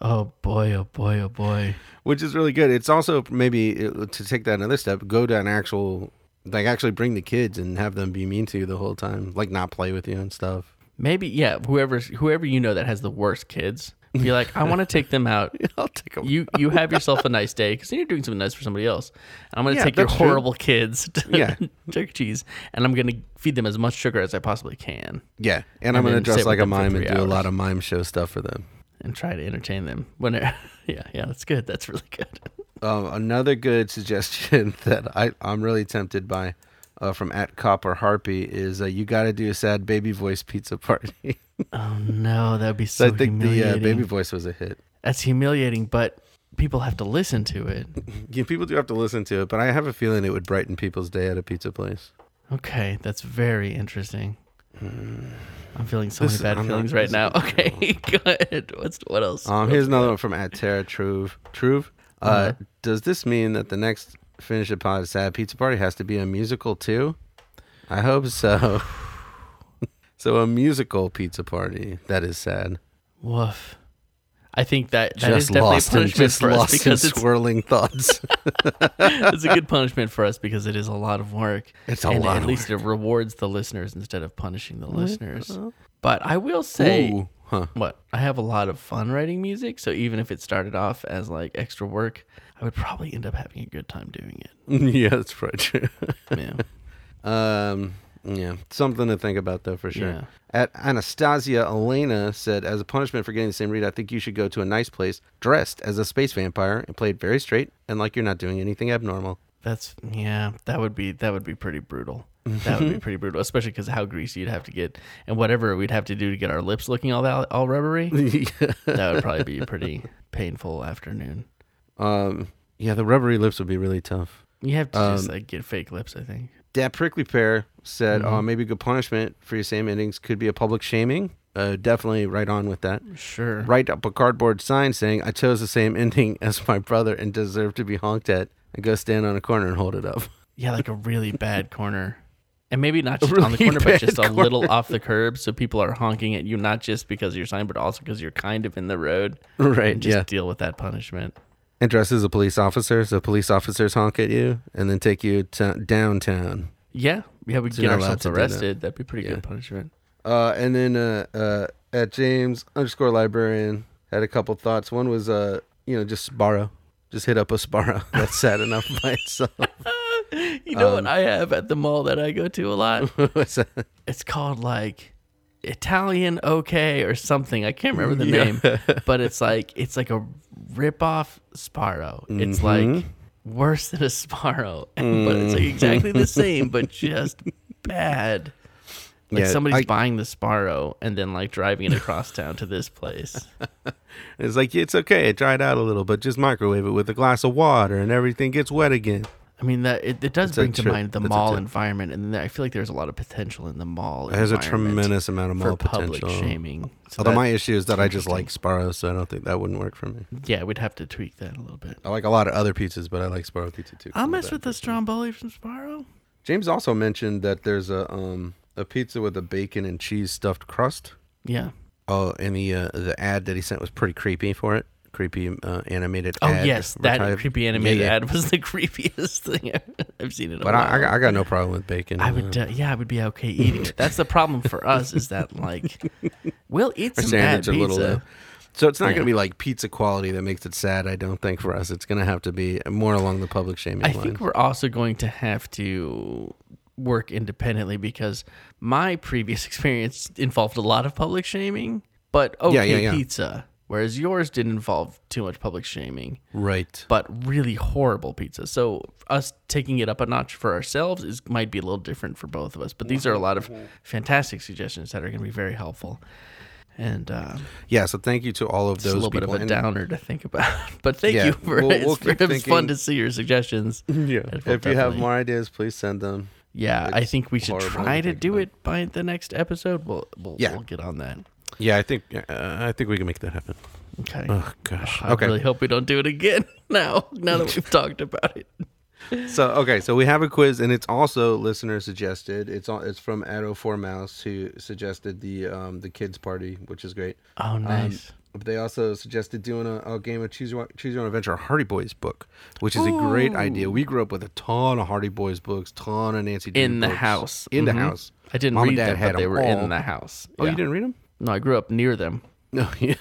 Oh boy, oh boy, oh boy.
which is really good. It's also maybe uh, to take that another step, go to an actual like actually bring the kids and have them be mean to you the whole time, like not play with you and stuff. *laughs*
Maybe yeah. Whoever whoever you know that has the worst kids, be like, I want to take them
*laughs*
out.
I'll take them.
You you have yourself a nice day because you're doing something nice for somebody else. And I'm gonna
Yeah,
take your
that's true.
horrible kids to
Yeah.
*laughs* Chuck E. Cheese, and I'm gonna feed them as much sugar as I possibly can,
yeah, and,
and
I'm gonna
then
dress
sit with
like a
them for
mime and
three
do a lot
hours.
of mime show stuff for them.
and try to entertain them. When *laughs* yeah yeah, that's good. That's really good. *laughs*
Um, another good *laughs* suggestion that I I'm really tempted by. Uh, from at Copper Harpy is uh, you got to do a sad baby voice pizza party. *laughs*
Oh no, that would be so
I think the
humiliating.
uh, baby voice was a hit.
That's humiliating, but people have to listen to it.
Yeah, people do have to listen to it, but I have a feeling it would brighten people's day at a pizza place.
Okay, that's very interesting. I'm feeling so
Hmm. This-
many bad
I'm not-
feelings right now. *laughs* Okay, good. What's what else?
Um, here's another one from at Terra Truve. Truve, uh,
Uh-huh.
does this mean that the next Finish It Pod Sad Pizza Party has to be a musical too? I hope so. *laughs* so a musical pizza party that is sad.
Woof. I think that that is
just
definitely
lost
a
and
punishment
just
for us
lost in
because it's, *laughs*
swirling thoughts.
it's a good punishment for us because it is a lot of work.
It's a
and
lot
At
of
least it rewards the listeners instead of punishing the listeners. But I will say,
Ooh, huh. *laughs*
what I have a lot of fun writing music. So even if it started off as like extra work, I would probably end up having a good time doing it.
yeah, that's probably true. *laughs*
Yeah.
Um, yeah, something to think about though for sure.
Yeah.
At Anastasia Elena said, as a punishment for getting the same read, I think you should go to a nice place dressed as a space vampire and play it very straight and like you're not doing anything abnormal. *laughs*
That's yeah. That would be that would be pretty brutal. That would be pretty brutal, especially because how greasy you'd have to get, and whatever we'd have to do to get our lips looking all that all rubbery. that would probably be a
*laughs*
pretty painful afternoon.
Um, yeah, the rubbery lips would be really tough.
You have to
Um,
just like get fake lips, I think.
That prickly pear said, "Oh, maybe good punishment for your same endings could be a public shaming." Uh, definitely right on with that.
Sure.
Write up a cardboard sign saying, "I chose the same *laughs* ending as my brother and deserve to be honked at," and go stand on a corner and hold it up.
Yeah, like a really bad *laughs* corner. And maybe not just on the
really
corner, but
bad
just a
corner.
little off the curb, so people are honking at you not just because you're signed, but also because you're kind of in the road.
Right,
And just
yeah.
deal with that punishment.
and dress as a police officer. So police officers honk at you and then take you to downtown.
Yeah, yeah, we
So
get
you're not allowed
ourselves
to do that.
arrested. That'd be pretty
Yeah.
good punishment.
Uh, and then uh, uh, at James underscore librarian had a couple thoughts. One was, uh, you know, just Sparrow. Just hit up a Sparrow. *laughs* That's sad enough by itself. *laughs*
You know what I have at the mall that I go to a lot?
What's that?
it's called like Italian okay or something. I can't remember the
Yeah. *laughs*
name, but it's like it's like a ripoff Sparrow. It's
Mm-hmm.
like worse than a Sparrow, *laughs* but it's like exactly the same, but just bad. Like
Yeah,
somebody's
I-
buying the Sparrow and then like driving it across town to this place.
It's like it's okay. Try it out a little, but just microwave it with a glass of water, and everything gets wet again.
I mean that it, it does
It's a
bring to
trip.
mind the
It's a
mall
tip.
environment, and I feel like there's a lot of potential in the mall.
There's a
environment
tremendous amount of mall
for public
potential.
shaming. So
Although
that-
my issue is that I just like Sparrow, so I don't think that wouldn't work for me.
yeah, we'd have to tweak that a little bit.
I like a lot of other pizzas, but I like Sparrow pizza too. 'cause
I'll
I'm a
mess
bad
with the Stromboli from Sparrow.
James also mentioned that there's a um a pizza with a bacon and cheese stuffed crust.
Yeah.
Oh, and the uh, the ad that he sent was pretty creepy for it. Creepy uh, animated.
Oh
ad
yes, that
type.
creepy
Yeah,
animated
yeah.
ad was the *laughs* creepiest thing *laughs* I've seen in a
But
while.
I, I, got, I got no problem with bacon.
I would, uh, yeah, I would be
*laughs*
okay eating it. That's the problem for us is that like, we'll eat
Our
some bad
standards
pizza.
are a little uh, low. So it's not
Yeah.
going to be like pizza quality that makes it sad. I don't think for us. It's going to have to be more along the public shaming
I
line.
think we're also going to have to work independently because my previous *laughs* experience involved a lot of public shaming, but okay
yeah, yeah.
pizza. Whereas yours didn't involve too much public shaming,
right.
but really horrible pizza. So us taking it up a notch for ourselves is might be a little different for both of us. But these are a lot of
Mm-hmm.
fantastic suggestions that are going to be very helpful. And um,
Yeah. So thank you to all of
it's
those
a little bit
people.
of a
And-
downer to think about. *laughs* But thank
Yeah,
you for
we'll-
it's,
we'll
for-
keep
it's fun
thinking- Mm-hmm.
to see your suggestions.
Yeah.
And
If
we'll
you have
definitely-
more ideas, please send them.
yeah, I
it's
think we should
horrible
try
to
to
think
do
about.
it by the next episode. We'll we'll,
Yeah.
we'll get on that.
Yeah, I think uh, I think we can make that happen.
Okay.
Oh gosh.
I
okay.
really hope we don't do it again *laughs* now. Now
*laughs*
that we've talked about it.
So okay, so we have a quiz, and it's also listener suggested. It's all, it's from Addo Four Mouse who suggested the um the kids party, which is great. Um,
Oh, nice.
But they also suggested doing a, a game of choose your Own- choose your own adventure, a Hardy Boys book, which is a great idea. We grew up with a ton of Hardy Boys books, ton of Nancy Drew
in the
books.
house.
in
Mhm.
the house.
I didn't
Mom and
read
Dad
them,
had
but they
them
were
all.
in the house.
Oh,
Yeah.
you didn't read them? *laughs*
No, I grew up near them.
No,
*laughs*
yeah,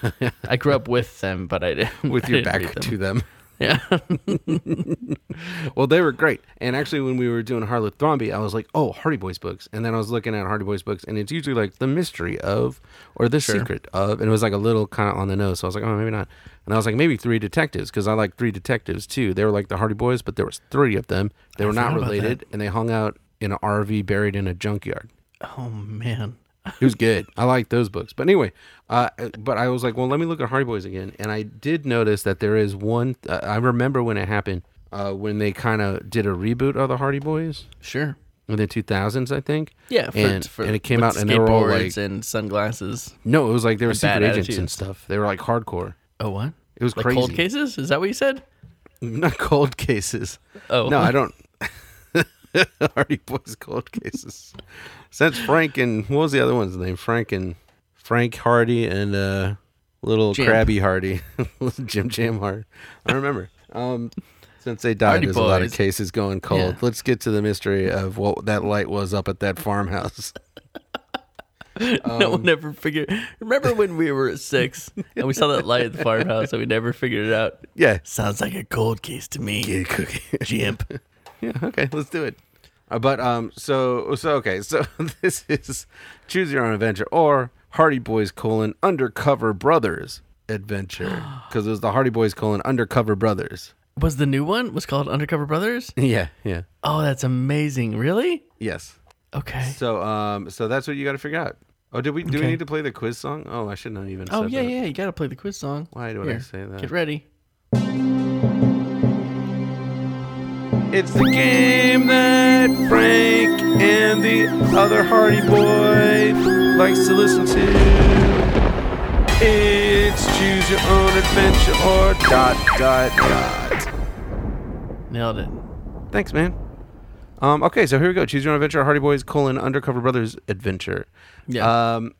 I grew up with them, but I didn't.
with
I
your
didn't read
back
them.
to them.
Yeah. *laughs* Oh,
Well, they were great. And actually, when we were doing Harlot Thrombey, I was like, oh, Hardy Boys books. And then I was looking at Hardy Boys books, and it's usually like the mystery of or the secret of. And it was like a little kind of on the nose. So I was like, oh, maybe not. And I was like, maybe three detectives, because I like three detectives too. They were like the Hardy Boys, but there was three of them. They were not
forgot about
related, and they hung out in an RV buried in a junkyard.
oh man.
It was good. I like those books. But anyway, uh, but I was like, well, let me look at Hardy Boys again, and I did notice that there is one. Uh, I remember when it happened, uh, when they kind of did a reboot of the Hardy Boys
Sure.
in the two thousands, I think.
Yeah.
and, and it came out, and they were all like,
skateboards and sunglasses.
no, it was like they were secret
bad
agents and
attitudes.
stuff. They were like hardcore.
Oh what?
It was
like
crazy.
cold cases? Is that what you said? *laughs*
*laughs* Not cold cases.
Oh.
no, I don't. *laughs* Hardy Boys cold cases. Since Frank and what was the other one's name? Frank and Frank Hardy and uh, little
Jim.
Krabby Hardy, *laughs* Little Jim Jam Hard. I remember. Um, since they died,
Hardy
there's a lot of
Boys.
cases going cold.
Yeah.
Let's get to the mystery of what that light was up at that farmhouse. *laughs*
no
Um,
one ever figured. Remember when we were at
*laughs*
six and we saw that light at the farmhouse and we never figured it out?
Yeah.
Sounds like a cold case to me. Yeah,
cookie.
*laughs* Jimp.
Yeah, *laughs* okay, let's do it. Uh, but um, so so okay, so *laughs* this is choose your own adventure or Hardy Boys colon undercover brothers
*gasps*
adventure because it was the Hardy Boys colon
*laughs*
undercover brothers.
Was the new one was called Undercover Brothers?
Yeah, yeah,
Oh, that's amazing. Really?
yes.
Okay.
So um, so that's what you got to figure out. Oh, did we do we
Okay.
need to play the quiz song? Oh, I shouldn't have even.
Oh
said
yeah,
that.
yeah. You gotta play the quiz song.
Why do I say that?
Get ready.
It's the game that Frank and the other Hardy Boy likes to listen to. It's choose your own adventure or dot dot dot.
Nailed it.
Thanks, man. Um, okay, so here we go. Choose your own adventure, Hardy Boys colon undercover brothers adventure.
Yeah.
Um,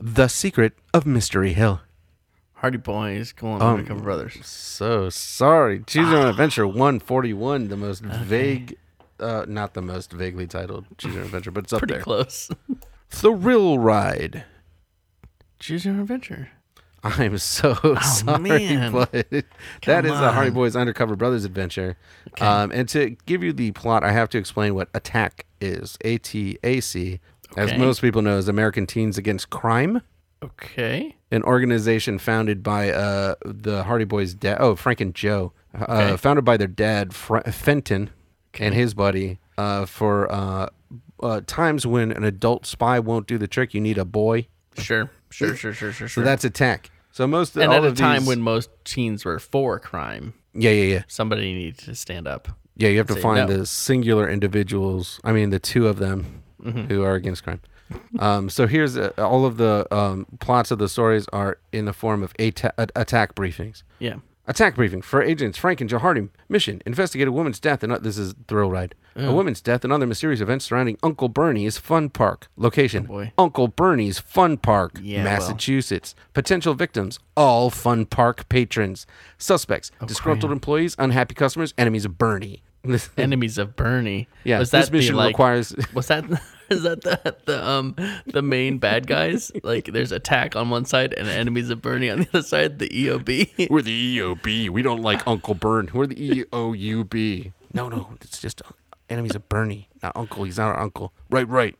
the secret of Mystery Hill.
Hardy Boys going
um,
Undercover Brothers.
So sorry. Choose your own adventure 141, the most vague, uh, not the most vaguely titled choose your own adventure, but it's up
Pretty
there.
close.
Thrill Ride.
*laughs* Choose your own adventure.
I'm so *laughs* sorry,
Oh, man.
*laughs* but that
Come
is a Hardy
on.
Boys Undercover Brothers adventure. Um, and to give you the plot, I have to explain what ATTACK is. A T A C, as
Okay.
most people know, is American Teens Against Crime,
Okay.
an organization founded by uh, the Hardy Boys' dad. Oh, Frank and Joe, uh,
Okay.
founded by their dad Fr- Fenton and his buddy uh, for uh, uh, times when an adult spy won't do the trick. You need a boy.
Sure. Sure. Sure. Sure. Sure.
So
Sure.
that's attack. So most of
and
all
at a
of
time
these-
when most teens were for crime,
yeah yeah yeah
somebody needed to stand up.
Yeah, you have to
Say
find
no.
the singular individuals. I mean, the two of them
Mm-hmm.
who are against crime. um, so here's uh, all of the um, plots of the stories are in the form of ata- a- attack briefings.
Yeah.
Attack briefing for agents Frank and Jahardin. Mission: Investigate a woman's death and o- this is thrill ride. A woman's death and other mysterious events surrounding Uncle Bernie's Fun Park. Location:
Oh, boy.
Uncle Bernie's Fun Park,
Yeah, well.
Massachusetts. Potential victims: all Fun Park patrons. Suspects:
Oh,
disgruntled employees, unhappy customers, enemies of Bernie. *laughs*
Enemies of Bernie.
Yeah,
Was
this
the,
mission
like-
requires.
Was that *laughs* is that the, the um the main bad guys? Like there's attack on one side and enemies of Bernie on the other side, the E EOB.
We're the EOB. We don't *laughs* like Uncle Bern. We're the E EOUB. No, no, it's just enemies of Bernie, not Uncle. He's not our uncle. Right, right.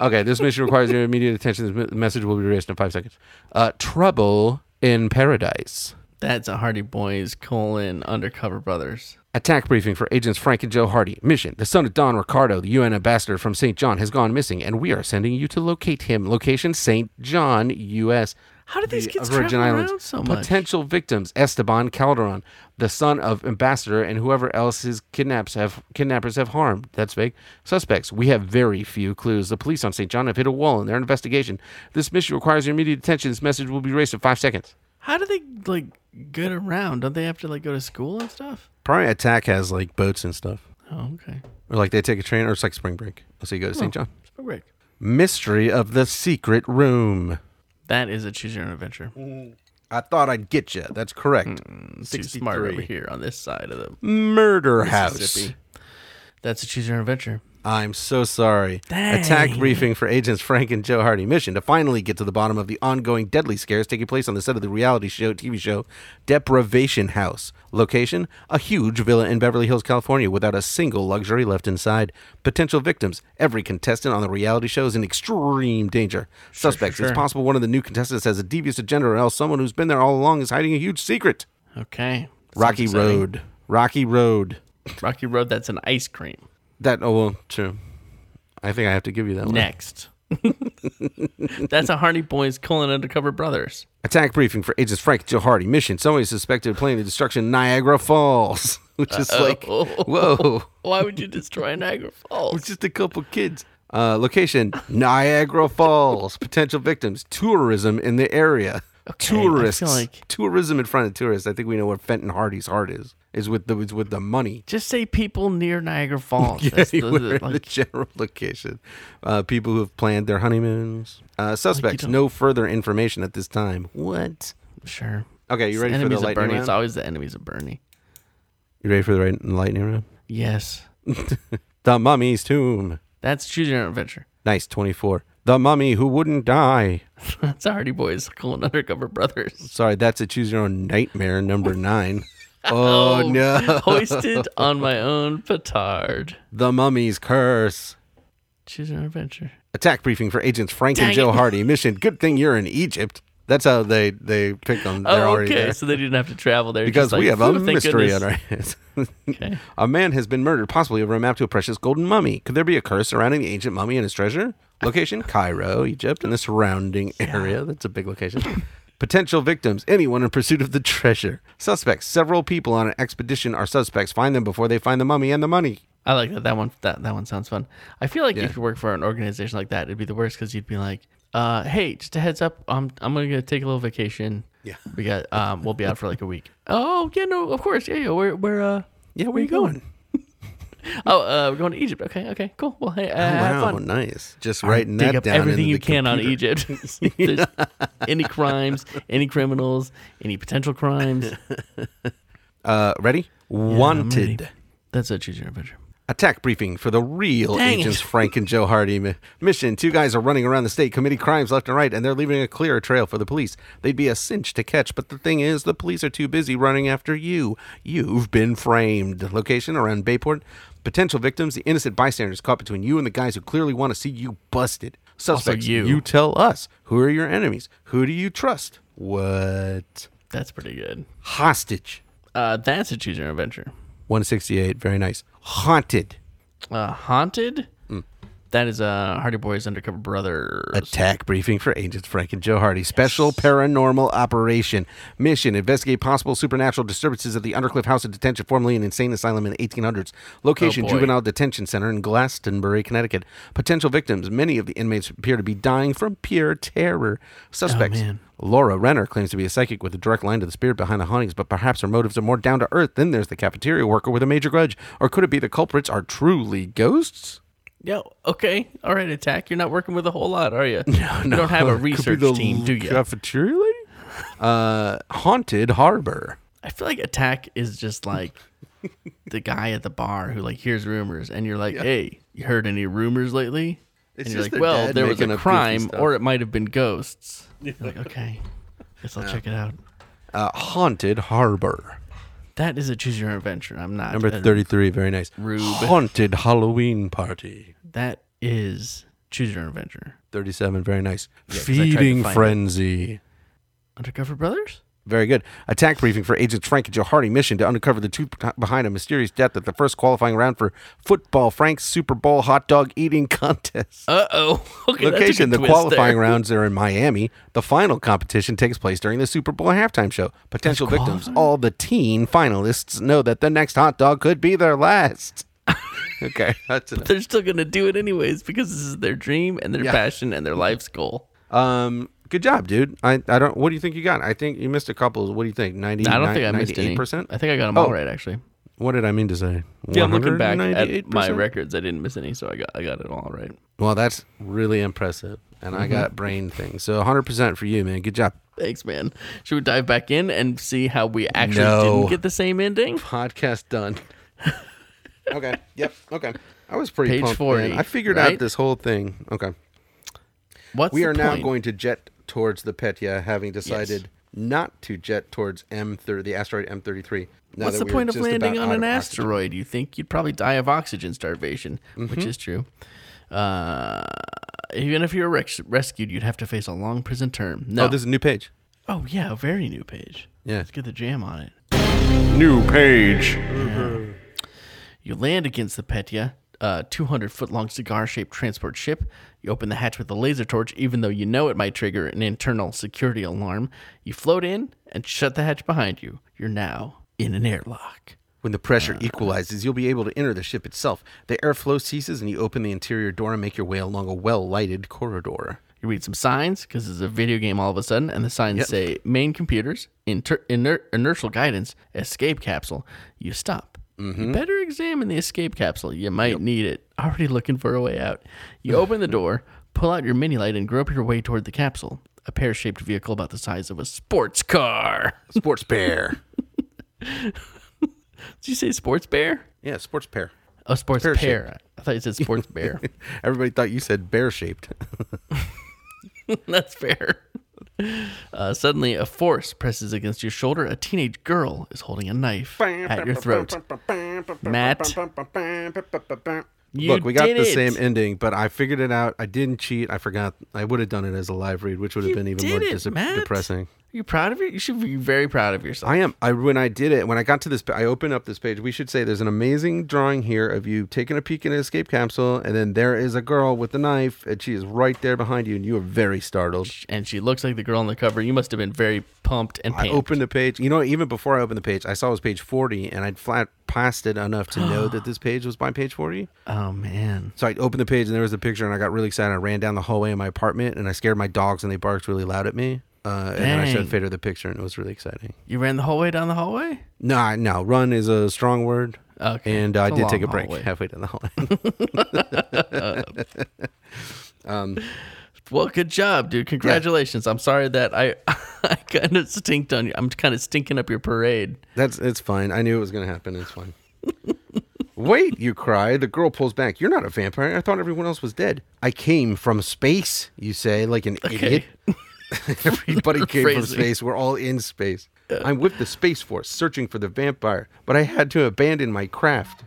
okay, this mission requires your immediate attention. This me- message will be erased in five seconds. Uh, trouble in paradise.
That's a Hardy Boys colon undercover brothers.
Attack briefing for agents Frank and Joe Hardy. Mission: The son of Don Ricardo, the UN ambassador from St. John, has gone missing, and we are sending you to locate him. Location: St. John, U.S.
How did these
the
kids
Virgin
travel
Islands.
around so much?
Potential victims: Esteban Calderon, the son of ambassador, and whoever else his kidnaps have kidnappers have harmed. That's vague. Suspects: We have very few clues. The police on St. John have hit a wall in their investigation. This mission requires your immediate attention. This message will be erased in five seconds.
How do they like get around? Don't they have to like go to school and stuff?
Probably attack has like boats and stuff,
Oh, okay.
or like they take a train, or it's like spring break. So you go to St. John.
Spring break.
Mystery of the secret room.
That is a choose your own adventure.
Mm, I thought I'd get you. That's correct.
Hmm, Too smart over here on this side of the
Murder house.
Mississippi. That's a choose your own adventure.
I'm so sorry. Attack briefing for agents Frank and Joe Hardy. Mission to finally get to the bottom of the ongoing deadly scares taking place on the set of the reality show TV show Deprivation House. Location: a huge villa in Beverly Hills, California, without a single luxury left inside. Potential victims: every contestant on the reality show is in extreme danger. Suspects: it's possible one of the new contestants has a devious agenda, or else someone who's been there all along is hiding a huge secret.
Okay.
Rocky
upsetting.
Road. Rocky Road.
Rocky Road, that's an ice cream.
That oh well, true. I think I have to give you that one.
Next. *laughs* that's a Hardy Boys colon undercover brothers.
Attack briefing for agents Frank Joe Hardy. Mission: Somebody suspected of planning the destruction of Niagara Falls, *laughs* which is
*laughs*
like whoa,
Why would you destroy Niagara Falls?
it's just a couple kids. Uh, location: Niagara Falls. Potential victims: tourism in the area.
I feel
tourists,
like-
tourism in front of tourists. I think we know where Fenton Hardy's heart is. Is with the is with the money.
Just say people near
*laughs*
Niagara Falls. That's the-
Anywhere in the
like,
general location. Uh, people who have planned their honeymoons. Uh, suspects:
don't-
No further information at this time. What?
sure.
Okay, you ready for the
enemies of
lightning
Bernie.
round?
It's always the enemies of Bernie.
You ready for the right- lightning round?
Yes.
The Mummy's Tomb.
That's choose your own
*laughs*
adventure.
Nice, 24. The Mummy Who Wouldn't Die.
That's a Hardy
*laughs*
Boys colon undercover brothers.
Sorry, that's a Choose Your Own Nightmare, number nine. Oh, no.
*laughs* Hoisted on my own petard.
The Mummy's Curse.
Choose your own adventure.
Attack briefing for agents Frank and
Dang
Joe
it.
Hardy. Mission Good Thing You're in Egypt. That's how they, they pick them. They're
Oh,
already
okay.
there.
So they didn't have to travel there.
Because
just
we
like,
have a
"Ooh, thank
mystery
goodness."
on our hands. *laughs*
Okay.
a man has been murdered, possibly over a map to a precious golden mummy. Could there be a curse surrounding the ancient mummy and his treasure? Location Cairo, Egypt, and the surrounding area. That's a big location. Potential victims, anyone in pursuit of the treasure. Suspects, several people on an expedition are suspects. Find them before they find the mummy and the money.
I like that. That one. That that one sounds fun. I feel like
Yeah.
if you work for an organization like that, it'd be the worst because you'd be like, uh, "Hey, just a heads up, I'm I'm gonna go take a little vacation.
Yeah.
we got um, we'll be out for like a week. Oh yeah, no, of course, yeah, yeah. We're we're uh,
Yeah, where,
you going? oh, uh, we're going to Egypt. Okay, okay, cool. Well, hey, uh, have
Oh, wow,
fun.
nice. Just writing
Dig
that
up
down.
everything
into
you
the
can on
computer.
Egypt.
*laughs*
*laughs* If there's any crimes, any criminals, any potential
*laughs*
crimes.
Uh, ready?
I'm ready.
Wanted.
That's a choose your own adventure.
Attack briefing for the real
Dang it. *laughs*
agents Frank and Joe Hardy. Mi- Mission two guys are running around the state committing crimes left and right, and they're leaving a clear trail for the police. They'd be a cinch to catch, but the thing is, the police are too busy running after you. You've been framed. Location around Bayport. Potential victims, the innocent bystanders caught between you and the guys who clearly want to see you busted. Suspects,
you.
you tell us. Who are your enemies? Who do you trust? What?
That's pretty good.
Hostage.
Uh, that's a choose your own adventure.
168. Very nice. Haunted.
Uh, haunted. That is uh, Hardy Boys Undercover Brothers.
Hmm. Attack briefing for Agents Frank and Joe Hardy. Special paranormal operation mission: investigate possible supernatural disturbances at the Undercliff House of Detention, formerly an insane asylum in the 1800s. Location:
Oh, boy.
Juvenile Detention Center in Glastonbury, Connecticut. Potential victims: many of the inmates appear to be dying from pure terror. Suspects:
Oh, man.
Laura Renner claims to be a psychic with a direct line to the spirit behind the hauntings, but perhaps her motives are more down to earth. Then there's the cafeteria worker with a major grudge, or could it be the culprits are truly ghosts?
Yeah. Okay. All right. Attack. You're not working with a whole lot, are
*laughs*
you? No. You don't have a
Could be
research
the
team, do you?
Cafeteria lady? Uh, haunted harbor.
I feel like Attack is just like the guy at the bar who like hears rumors, and you're like, "Hey, you heard any rumors lately?"
It's
and you're like,
just their
"Well,
dad
there was
making
a
up goofy
crime,
stuff."
or it might have been
*laughs*
ghosts." You're Like, okay, guess I'll check it out.
Uh, haunted harbor.
That is a choose your own adventure. I'm not
Number
uh,
thirty-three. Very nice.
Rube.
Haunted Halloween party.
That is choose your own adventure.
Thirty-seven. Very nice.
'cause I tried to
Feeding
find it.
frenzy.
Undercover Brothers.
Very good. Attack briefing for Agents Frank and Joe Hardy mission to undercover the truth behind a mysterious death at the first qualifying round for football Frank's Super Bowl hot dog eating *laughs* contest.
Uh oh. *laughs* Okay. that took a
Location: The
twist there.
qualifying rounds are in Miami. The final competition takes place during the Super Bowl halftime show. Potential victims: all the teen finalists know that the next hot dog could be their last. *laughs* okay, that's enough.
They're still gonna do it anyways because this is their dream and their
Yeah.
passion and their life's goal.
Um, good job, dude. I, I don't. What do you think you got? I think you missed a couple. What do you think? Ninety.
I don't think I missed any.
percent.
I think I got them
Oh.
all right actually.
What did I mean to say?
Yeah, I'm looking back at
198%?
my records. I didn't miss any, so I got I got it all right.
Well, that's really impressive. And
Mm-hmm.
I got brain things. So 100% for you, man. Good job.
Thanks, man. Should we dive back in and see how we actually
No.
didn't get the same ending?
podcast done. *laughs* okay. Yep. Okay. I was pretty
Page
pumped,
40,
man. I figured out
right?
this whole thing. Okay.
What's
we
the
are now
point?
going to jet towards the Petya, having decided not to jet towards M thir- the asteroid M33. now
What's the
that we're
point of
just
landing
about
on
out
an
of oxygen.
asteroid? You think you'd probably die of oxygen starvation,
Mm-hmm.
which is true. Uh, even if you're rex- rescued, you'd have to face a long prison term. No.
Oh, this is a new page.
oh yeah, a very new page.
Yeah.
Let's get the jam on it.
New page.
You land against the Petya, a 200 foot long cigar shaped transport ship. You open the hatch with a laser torch, even though you know it might trigger an internal security alarm. You float in and shut the hatch behind you. You're now in an airlock.
When the
Uh.
pressure equalizes, you'll be able to enter the ship itself. The airflow ceases, and you open the interior door and make your way along a well lighted corridor.
You read some signs because it's a video game all of a sudden, and the signs say main computers, inter- iner- inertial guidance, escape capsule. You stop. You better examine the escape capsule. You might need it. Already looking for a way out. You open the door, pull out your mini light, and grope your way toward the capsule. A pear shaped vehicle about the size of a sports car. *laughs*
Sports bear.
Did you say sports bear?
yeah, sports bear.
A sports pear.
Pear-shaped.
I thought you said sports bear.
Everybody thought you said bear shaped.
*laughs* That's fair. Uh, suddenly, a force presses against your shoulder. A teenage girl is holding a knife at your throat. Matt, you
Look, we got
did
the
it.
same ending, but I figured it out. I didn't cheat. I forgot. I would have done it as a live read, which would have
You
been even
did
more
it,
dis-
Matt.
depressing.
Are you proud of it? You should be very proud of yourself.
I am. I when I did it, when I got to this, pa- I opened up this page. We should say there's an amazing drawing here of you taking a peek in an escape capsule, and then there is a girl with a knife, and she is right there behind you, and you are very startled.
and she looks like the girl on the cover. You must have been very pumped and
I
panicked.
opened the page. You know, even before I opened the page, I saw it was page 40, and I'd flat passed it enough to know that this page was by page 40.
oh man,
So I opened the page and there was a picture, and I got really excited. I ran down the hallway in my apartment, and I scared my dogs, and they barked really loud at me. Uh, and then I
Dang.
showed Fader the picture, and it was really exciting.
you ran the whole way down the hallway.
Nah, no, run is a strong word.
Okay,
And uh, I
it's a
did take a
long
break
hallway.
*laughs* halfway down the hallway.
Well, good job, dude. Congratulations. I'm sorry that I, *laughs* I kind of stinked on you. I'm kind of stinking up your parade.
That's it's fine. I knew it was gonna happen. It's fine. *laughs* Wait, you cry. The girl pulls back. You're not a vampire. I thought everyone else was dead. I came from space, you say, like an
*laughs*
idiot. *laughs* Everybody came from
Phrasing.
space. We're all in space. I'm with the Space Force searching for the vampire, but I had to abandon my craft.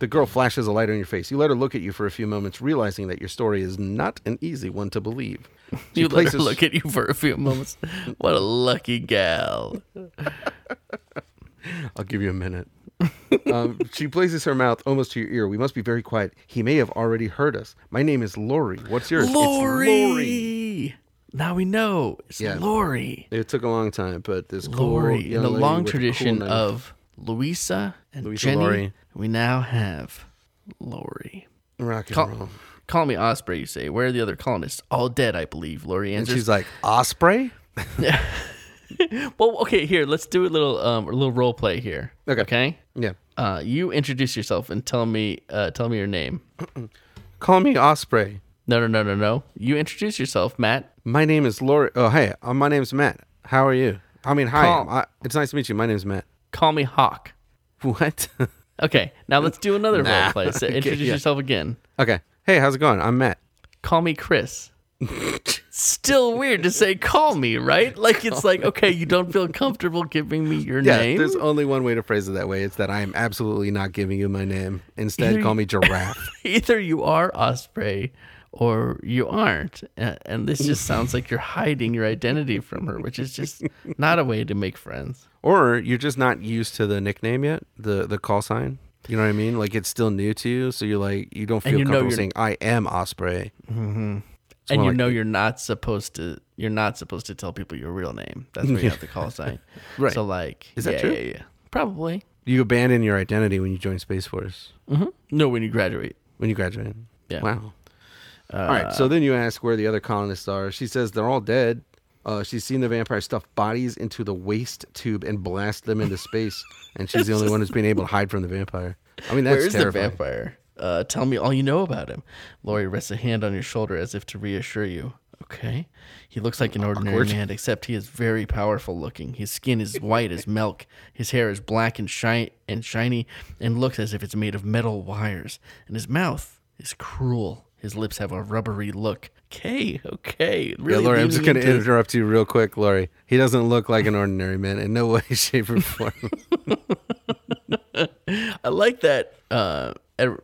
The girl flashes a light on your face. You let her look at you for a few moments, realizing that your story is not an easy one to believe. She
*laughs* you let her
places-
look at you for a few
*laughs*
moments. What a lucky gal.
I'll give you a minute. *laughs* um, she places her mouth almost to your ear. We must be very quiet. He may have already heard us. My name is Lori. What's yours? It's
Lori. Now we know it's
Yeah.
Lori.
It took a long time, but this
Lori.
cool
In
young
the
lady
long
with a cool
tradition
knife.
of Louisa and
Louisa
Jenny,
Lori.
we now have Lori.
rock and
Call,
roll.
call me Osprey, you say. Where are the other colonists? All dead, I believe. Lori
And
answers.
she's like, Osprey?
well, okay, here let's do a little um a little role play here.
Okay.
Okay.
Yeah.
Uh, you introduce yourself and tell me uh tell me your name.
Call me Osprey.
No, no, no, no, no. You introduce yourself, Matt.
My name is Lori. Oh, hey. Uh, my name's Matt. How are you? I mean, hi.
Call-
I, it's nice to meet you. My name's Matt.
Call me Hawk.
What? *laughs*
Okay, now let's do another
Nah.
role play. So
*laughs* Okay,
introduce
yeah.
yourself again.
okay. Hey, how's it going? I'm Matt.
Call me Chris. Still weird to say call me, right? Like it's
*laughs*
like okay, you don't feel comfortable giving me your
Yeah,
name.
there's only one way to phrase it that way. It's that I am absolutely not giving you my name.
*laughs*
Instead, call me Giraffe.
*laughs* Either you are Osprey or you aren't, A- and this
*laughs*
just sounds like you're hiding your identity from her, which is just not a way to make friends.
or you're just not used to the nickname yet, the the call sign. You know what I mean? Like it's still new to you, so you're like you don't feel
you know
comfortable
you're- Mm-hmm.
saying I am Osprey. It's
and
more
you
like-
know you're not supposed to you're not supposed to tell people your real name. That's where you have the
*laughs*
call sign.
Right.
So like
Is that
yeah,
true?
yeah, yeah. Probably.
you abandon your identity when you join Space Force
No, when you graduate.
when you graduate.
Yeah. Uh,
Wow. all right. So then you ask where the other colonists are. She says they're all dead. Uh, she's seen the vampire stuff bodies into the waste tube and blast them into space, and she's
*laughs*
the only one who's been able to hide from the vampire. I mean, that's
Where is
terrifying.
the vampire? Uh, tell me all you know about him. Lori rests a hand on your shoulder as if to reassure you. Okay. He looks like an ordinary
Awkward.
man, except he is very powerful looking. His skin is white as milk. His hair is black and shine and shiny, and looks as if it's made of metal wires. And his mouth is cruel. His lips have a rubbery look. Okay, okay.
Yeah,
Really
Lori, I'm just
leaning
going to
into-
interrupt you real quick, Lori. He doesn't look like an ordinary man in no way, *laughs* shape,
*laughs*
or form.
I like that uh, Ed-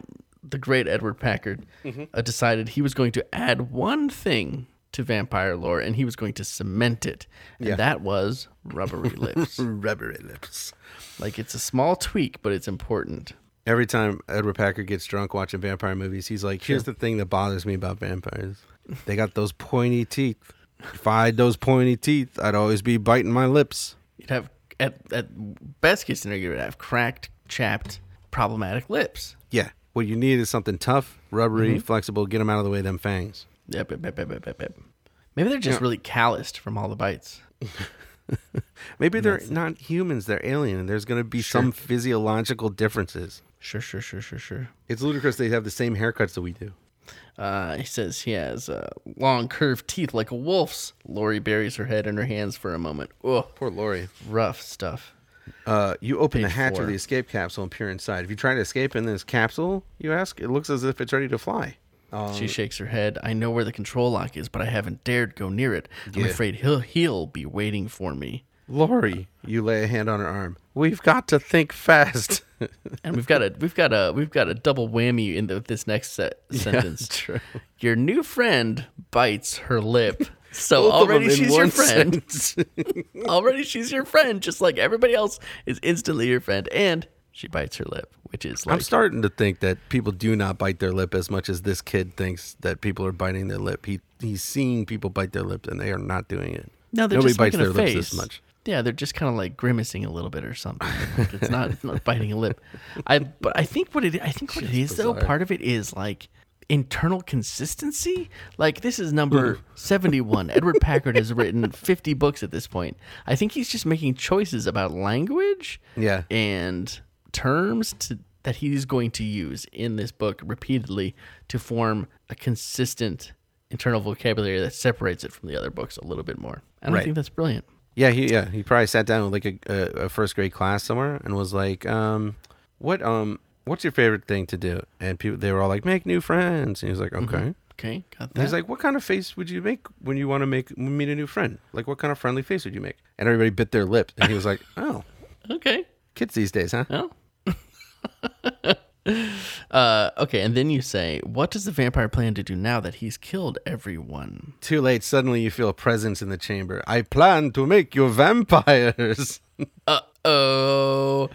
the great Edward Packard uh, decided he was going to add one thing to vampire lore and he was going to cement it. And
Yeah.
that was rubbery lips.
Rubbery lips.
like it's a small tweak, but it's important.
Every time Edward Packard gets drunk watching vampire movies, he's like, here's the thing that bothers me about vampires. They got those pointy teeth. If I had those pointy teeth, I'd always be biting my lips.
You'd have, at, at best case scenario, you'd have cracked, chapped, problematic lips.
Yeah. What you need is something tough, rubbery, flexible, get them out of the way, them fangs.
Yep, yep, yep, yep, yep, yep, yep. Maybe they're just really calloused from all the bites.
Maybe they're not humans, they're alien, and there's going to be some physiological differences.
Sure, sure, sure, sure, sure.
It's ludicrous they have the same haircuts that we do.
Uh, he says he has uh, long curved teeth like a wolf's. Lori buries her head in her hands for a moment. Oh,
Poor Lori.
rough stuff.
Uh, you open the
Page
hatch
four.
of the escape capsule and peer inside. If you try to escape in this capsule, you ask, it looks as if it's ready to fly.
she shakes her head. I know where the control lock is, but I haven't dared go near it. I'm
Yeah.
afraid he'll he'll be waiting for me.
Lori, you lay a hand on her arm. We've got to think fast.
And we've got a we've got a we've got a double whammy in the, this next
*laughs*
set, sentence.
true.
Your new friend bites her
*laughs*
lip. So
Both of them
already
in
she's your
one
friend.
sentence.
*laughs* already she's your friend, just like everybody else is instantly your friend. And she bites her lip, which is like
*laughs* I'm starting to think that people do not bite their lip as much as this kid thinks that people are biting their lip. He he's seeing people bite their lips and they are not doing it.
No, they're
Nobody
just
bites
making
their
a
lips
face.
this much.
Yeah, they're just kind of like grimacing a little bit or something. Like, it's not it's not biting a lip. I but I think what it I think what it is though, part of it is like internal consistency. Like this is
*laughs*
number seventy one. Edward Packard has written fifty books at this point. I think he's just making choices about language
Yeah.
and terms to that he's going to use in this book repeatedly to form a consistent internal vocabulary that separates it from the other books a little bit more. And I
Right.
think that's brilliant.
Yeah, he yeah he probably sat down with like a, a, a first grade class somewhere and was like, um, what um, what's your favorite thing to do? And people they were all like, make new friends. And he was like,
Mm-hmm.
okay.
Okay, got
And
that.
he's like, what kind of face would you make when you want to make meet a new friend? Like, what kind of friendly face would you make? And everybody bit their lip, and he
*laughs*
was like, oh,
okay,
kids these days, huh?
well. uh, okay, and then you say, what does the vampire plan to do now that he's killed everyone?
Too late. Suddenly, you feel a presence in the chamber. I plan to make you vampires.
Uh oh.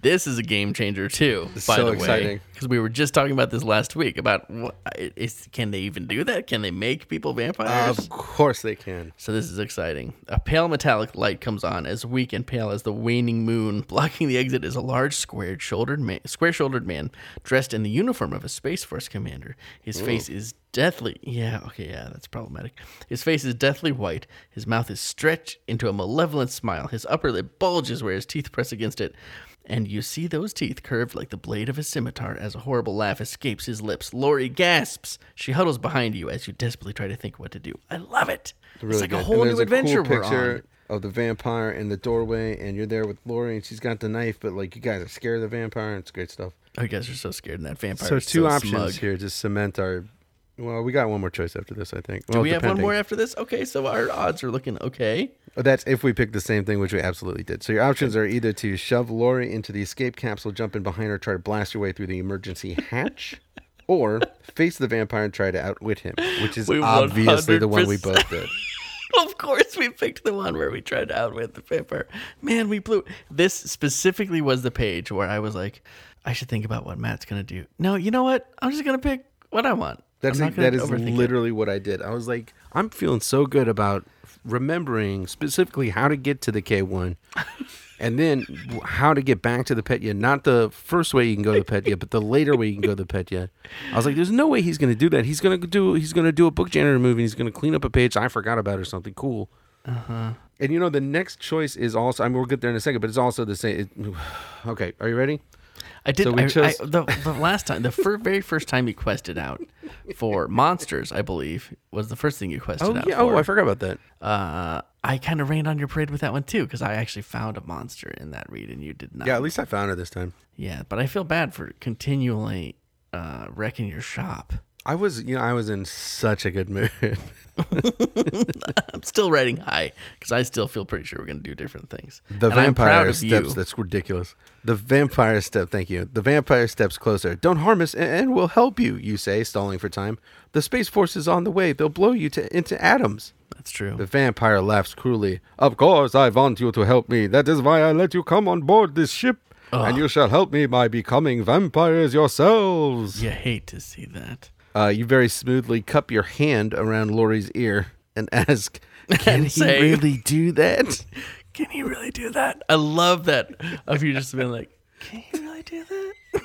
This is a game changer too.
It's
by
so
the
exciting.
way, because we were just talking about this last week about what is can they even do that? Can they make people vampires?
*laughs* Of course they can.
So this is exciting. A pale metallic light comes on, as weak and pale as the waning moon. *laughs* Blocking the exit is a large, squared-shouldered man, square-shouldered man dressed in the uniform of a space force commander. His face is deathly. Yeah, okay, yeah, that's problematic. His face is deathly white. His mouth is stretched into a malevolent smile. His upper lip bulges where his teeth press against it. And you see those teeth curved like the blade of a scimitar as a horrible laugh escapes his lips. Lori gasps. She huddles behind you as you desperately try to think what to do. I love it.
Really
it's like a
good.
whole
And
new
there's a cool
adventure we're
picture
on.
Of the vampire in the doorway, and you're there with Lori, and she's got the knife, but like you guys are scared of the vampire, and it's great stuff.
Oh, you guys are so scared, and that vampire.
so
is
two
so
options
smug.
here to cement our. Well, we got one more choice after this, I think.
Do we have one more after this? Okay, so our odds are looking okay.
That's if we pick the same thing, which we absolutely did. So your options are either to shove Lori into the escape capsule, jump in behind her, try to blast your way through the emergency hatch, or face the vampire and try to outwit him, which is
We
obviously the one we
100%
both did.
*laughs* Of course, we picked the one where we tried to outwit the vampire. Man, we blew. This specifically was the page where I was like, I should think about what Matt's gonna do. No, you know what? I'm just gonna pick what I want.
That's
I'm not
like,
gonna
that is
overthink it.
literally what I did. I was like, I'm feeling so good about remembering specifically how to get to the
*laughs*
K1 and then w- how to get back to the Petya. Not the first way you can go to the Petya, but the later way you can go to the Petya. I was like, there's no way he's going to do that. He's going to do he's going to do a book janitor movie. And he's going to clean up a page I forgot about or something cool.
Uh-huh.
And you know the next choice is also I mean we'll get there in a second, but it's also the same. It, *sighs* okay, are you ready?
I did.
So we
I,
chose-
I, the, the last time, the fir- very first time you quested out *laughs* for monsters, I believe, was the first thing you quested
Oh
out.
yeah.
for.
Oh, I forgot about that.
uh, I kind of rained on your parade with that one too, because I actually found a monster in that read and you did not.
Yeah, at least I found her this time.
Yeah, but I feel bad for continually uh, wrecking your shop. *laughs*
I was, you know, I was in such a good mood. *laughs*
I'm still rating high because I still feel pretty sure we're gonna do different things.
The
And I'm proud
vampire
of
steps.
you.
That's ridiculous. The vampire step. Thank you. The vampire steps closer. Don't harm us, and, and we'll help you. You say, stalling for time. The space force is on the way. They'll blow you to into atoms.
That's true.
The vampire laughs cruelly. Of course, I want you to help me. That is why I let you come on board this ship, and you shall help me by becoming vampires yourselves.
you hate to see that.
Uh, you very smoothly cup your hand around Laurie's ear and *laughs*
*laughs*
ask, "Can he
say-
really do
*laughs*
that?"
Can he really do that? I love that of you just being like, *laughs* can he really do that? *laughs*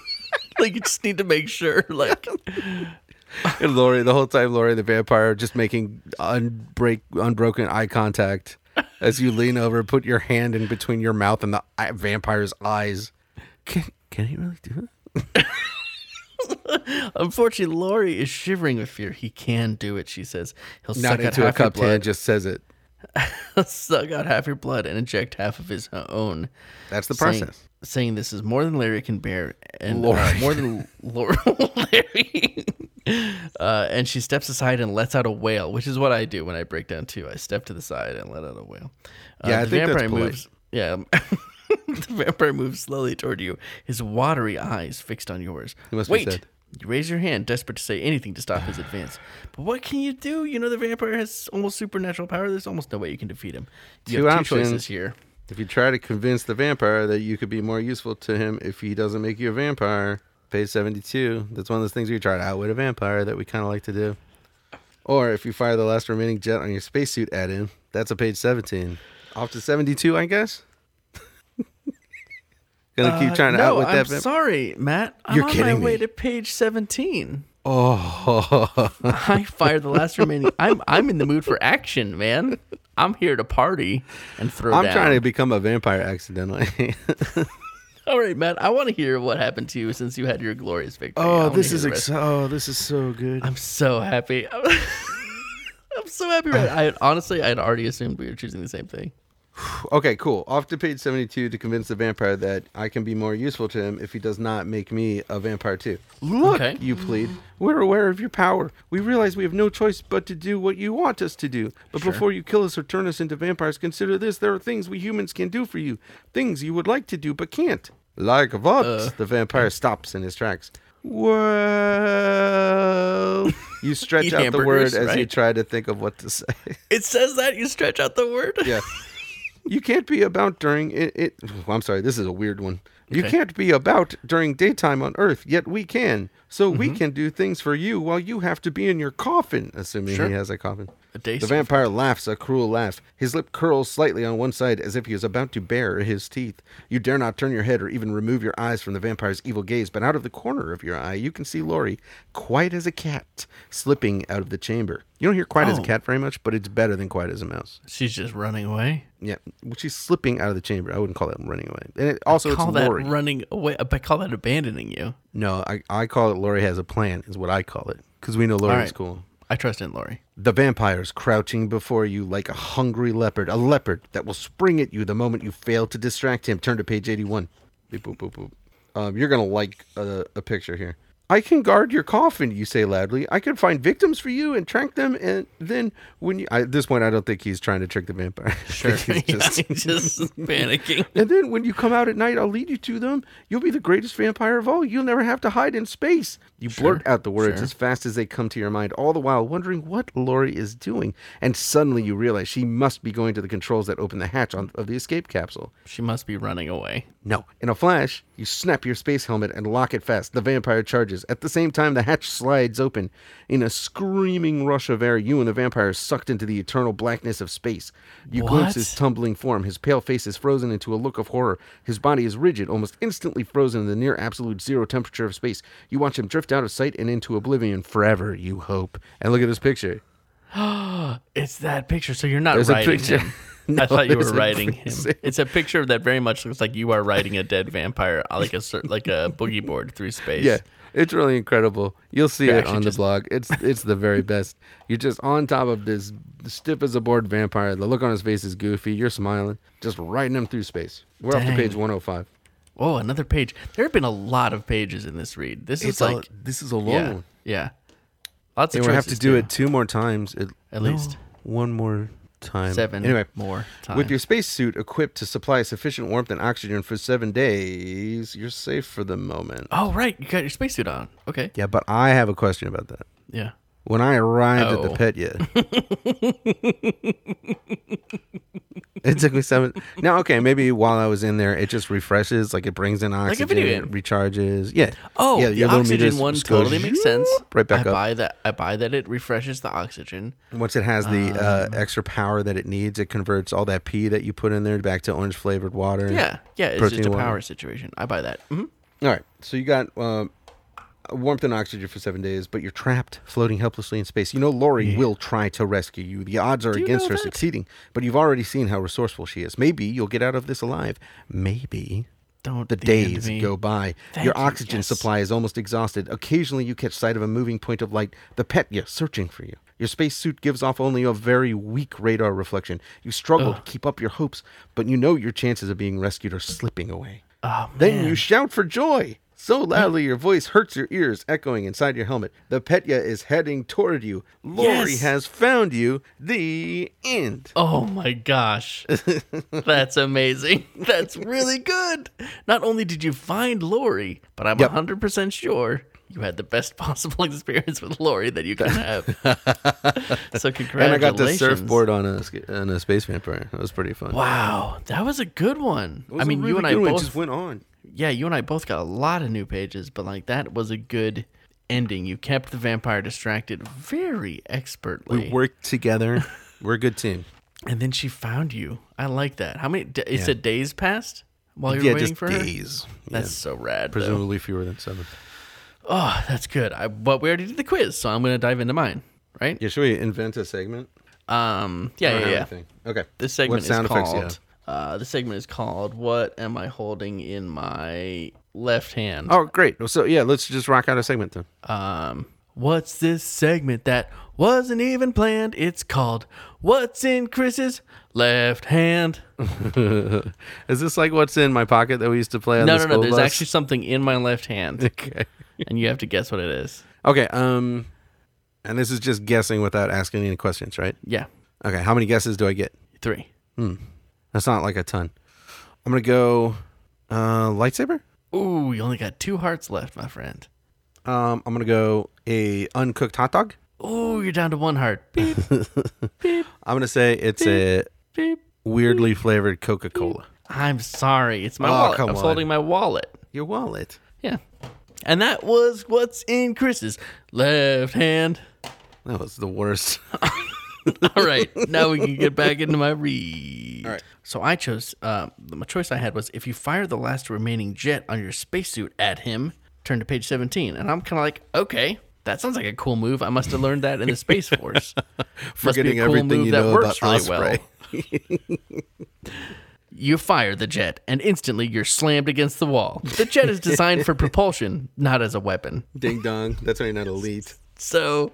like you just need to make sure. Like *laughs*
And Lori, the whole time, Lori the vampire just making unbreak unbroken eye contact as you lean over, put your hand in between your mouth and the eye, vampire's eyes. Can can he really do it?
Unfortunately, Laurie is shivering with fear. He can do it, she says. He'll
Not
suck out
into a
half your
cupped
blood.
hand, just says it.
*laughs* suck out half your blood and inject half of his own.
That's the
saying-
process.
Saying, this is more than Larry can bear, and uh,
Lori.
more
*laughs*
than Lor- *laughs* Larry. uh, and she steps aside and lets out a wail, which is what I do when I break down too. I step to the side and let out a wail. Uh,
Yeah, I
the
think that's
vampire
polite.
moves. Yeah. um, *laughs* the vampire moves slowly toward you, his watery eyes fixed on yours.
He must be
Wait.
sad.
You raise your hand, desperate to say anything to stop
*sighs*
his advance. But what can you do? You know the vampire has almost supernatural power. There's almost no way you can defeat him. You
Two
have two
options.
choices here.
If you try to convince the vampire that you could be more useful to him if he doesn't make you a vampire, page 72, that's one of those things where you try to outwit a vampire that we kind of like to do. Or if you fire the last remaining jet on your spacesuit at him, that's a page 17. Off to 72, I guess? *laughs* Gonna keep trying to
no,
outwit
I'm
that vampire.
sorry, Matt. I'm
You're
on my
kidding
way
me.
to page 17.
oh,
*laughs* I fired the last remaining. I'm I'm in the mood for action, man. I'm here to party and throw
I'm
down.
trying to become a vampire accidentally. *laughs*
All right, Matt. I want to hear what happened to you since you had your glorious victory. I wanna hear the rest.
oh, this is so good.
I'm so happy. *laughs* I'm so happy. Right. I honestly, I'd already assumed we were choosing the same thing.
Okay, cool. Off to page 72 to convince the vampire that I can be more useful to him if he does not make me a vampire too. Look,
Okay.
you plead. We're aware of your power. We realize we have no choice but to do what you want us to do. But before you kill us or turn us into vampires, consider this. There are things we humans can do for you. Things you would like to do but can't. Like what?
Uh.
the vampire stops in his tracks. Well, you stretch
Eat
out the word
hamburgers,
as you
right?
try to think of what to say.
It says that you *laughs* stretch out the word.
Yeah. you can't be about during it, it. I'm sorry, oh, this is a weird one. You
Okay.
can't be about during daytime on Earth, yet we can. So
Mm-hmm.
we can do things for you while you have to be in your coffin, assuming
Sure.
he has a coffin.
A day
The
server.
vampire laughs a cruel laugh. His lip curls slightly on one side as if he is about to bare his teeth. You dare not turn your head or even remove your eyes from the vampire's evil gaze, but out of the corner of your eye, you can see Lori, quiet as a cat, slipping out of the chamber. You don't hear quiet as a
Oh.
cat very much, but it's better than quiet as a mouse.
She's just running away.
Yeah, well, she's slipping out of the chamber. I wouldn't call that running away. And it, also, it's
call that
Lori.
running away. I call that abandoning you.
no, I, I call it Lori has a plan, is what I call it, because we know Lori's
right.
cool.
I trust in
*laughs*
Lori.
The vampire's crouching before you like a hungry leopard, a leopard that will spring at you the moment you fail to distract him. Turn to page 81. Beep, boop, boop, boop. Um, you're going to like a, a picture here. I can guard your coffin, you say loudly. I can find victims for you and track them. And then when you, I, at this point, I don't think he's trying to trick the vampire. *laughs* Sure.
Yeah, *laughs*
*laughs*
he's just panicking.
And then when you come out at night, I'll lead you to them. You'll be the greatest vampire of all. You'll never have to hide in space. You blurt out the words
sure.
as fast as they come to your mind, all the while wondering what Lori is doing. And suddenly you realize she must be going to the controls that open the hatch on, of the escape capsule.
She must be running away.
No. In a flash, you snap your space helmet and lock it fast. The vampire charges. At the same time, the hatch slides open. In a screaming rush of air, you and the vampire are sucked into the eternal blackness of space. You glimpse
What?
his tumbling form. His pale face is frozen into a look of horror. His body is rigid, almost instantly frozen in the near absolute zero temperature of space. You watch him drift out of sight and into oblivion forever, you hope. And look at this picture.
It's that picture. So you're not
There's a
writing
picture.
him.
*laughs* No,
I thought you were
there's a
writing
picture.
him. It's a picture that very much looks like you are riding a dead vampire, uh, like a cer- like a boogie board through space.
Yeah, it's really incredible. You'll see it
actually
on the
just-
blog. It's it's the very best. You're just on top of this stiff as a board vampire. The look on his face is goofy. You're smiling, just riding him through space. We're off to
Dang.
page 105.
Whoa, another page. There have been a lot of pages in this read. This is like
this is a long
yeah, yeah. Lots
They
of
would have to
choices,
do
too.
it two more times at,
At least.
one more time.
seven
Anyway,
more times.
With your spacesuit equipped to supply sufficient warmth and oxygen for seven days, you're safe for the moment.
oh right, you got your spacesuit on. Okay,
Yeah, but I have a question about that.
yeah.
when I arrived at the
Oh.
pet yet. it took me seven. Now, okay, maybe while I was in there, it just refreshes, like it brings in
a
oxygen,
video
it
game.
recharges. Yeah.
Oh,
yeah,
the
your little meter
oxygen
s-
one
just goes
totally makes sense.
Right back
I
up.
buy that. I buy that it refreshes the oxygen.
Once it has the
Um.
uh, extra power that it needs, it converts all that pee that you put in there back to orange flavored water.
Yeah, yeah. It's
protein
just a
water.
power situation. I buy that. Mhm.
All right. So you got um, warmth and oxygen for seven days, but you're trapped, floating helplessly in space. You know Lori will try to rescue you. The odds are
you
against
know
her
that?
succeeding, but you've already seen how resourceful she is. Maybe you'll get out of this alive. Maybe.
Don't
The
at end
days
me.
go by.
Thank
Your
you,
oxygen
yes.
supply is almost exhausted. Occasionally, you catch sight of a moving point of light, the Petya, searching for you. Your spacesuit gives off only a very weak radar reflection. You struggle to keep up your hopes, but you know your chances of being rescued are slipping away.
Oh, man.
Then you shout for joy. So loudly your voice hurts your ears, echoing inside your helmet. The Petya is heading toward you. Lori
Yes.
has found you. The end.
Oh my
*laughs*
gosh. That's amazing. *laughs* That's really good. Not only did you find Lori, but I'm
Yep.
100% sure you had the best *laughs* possible experience with Lori that you can
*laughs*
have. so congratulations.
and I got the surfboard on a sk- on a space vampire. That was pretty fun.
Wow, that was a good one.
It was
I
a
mean, you
really
and I
good one. It
both
just went on.
yeah, you and I both got a lot of new pages, but like that was a good ending. You kept the vampire distracted very expertly.
We worked together. We're a good team.
And then she found you. I like that. How many? d- It said days passed *laughs* while you were
yeah,
waiting
just
for her.
days. Yeah.
That's so rad. though.
presumably fewer than seven.
Oh, that's good. I, but we already did the quiz, so I'm gonna dive into mine. Right?
Yeah, should we invent a segment?
Um. Yeah. Yeah. yeah.
Okay.
This segment
What
is
sound effects you
called.
have?
uh, this segment is called "What Am I Holding in My Left Hand?"
Oh, great. So yeah, let's just rock out a segment then.
Um, what's this segment that wasn't even planned? It's called "What's in Chris's Left Hand."
*laughs* Is this like what's in my pocket that we used to play on
No,
the
no,
school
no. There's
bus?
actually something in my left hand,
*laughs* Okay.
and you have to guess what it is.
Okay. Um, and this is just guessing without asking any questions, right?
Yeah,
Okay. How many guesses do I get?
three.
That's not like a ton. I'm gonna go uh, lightsaber.
Ooh, you only got two hearts left, my friend.
Um, I'm gonna go a uncooked hot dog.
Ooh, you're down to one heart. Beep,
I'm gonna say it's a
beep.
weirdly flavored Coca-Cola.
I'm sorry. It's my
Oh,
wallet. I
come
was
on.
holding my wallet.
Your wallet.
Yeah. And that was what's in Chris's left hand.
That was the worst.
All right, *laughs* now we can get back into my read. *laughs* All right. So I chose. Uh, my choice I had was if you fire the last remaining jet on your spacesuit at him. Turn to page seventeen, and I'm kind of like, okay, that sounds like a cool move. I must have learned that in the Space Force.
*laughs* *laughs* Forgetting everything you know about Osprey.
You fire the jet, and instantly you're slammed against the wall. The jet is designed for propulsion, not as a weapon.
*laughs* Ding dong. That's why you're not elite.
So,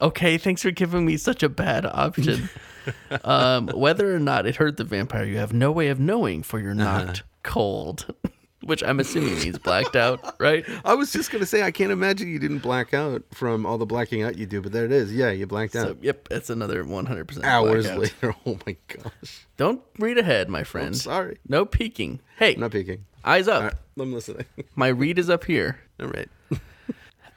okay, thanks for giving me such a bad
*laughs*
option. um, whether or not it hurt the vampire, you have no way of knowing, for you're knocked
Uh-huh.
cold, *laughs* which I'm assuming means blacked out, right?
I was just gonna say I can't imagine you didn't black out from all the blacking out you do, but there it is. Yeah, you blacked out
So, yep, that's another 100%
hours
blackout.
later. *laughs* Oh my gosh!
Don't read ahead, my friend.
sorry.
No peeking. Hey,
I'm not peeking.
eyes up.
All right, I'm listening.
My read is up here.
*laughs* All right.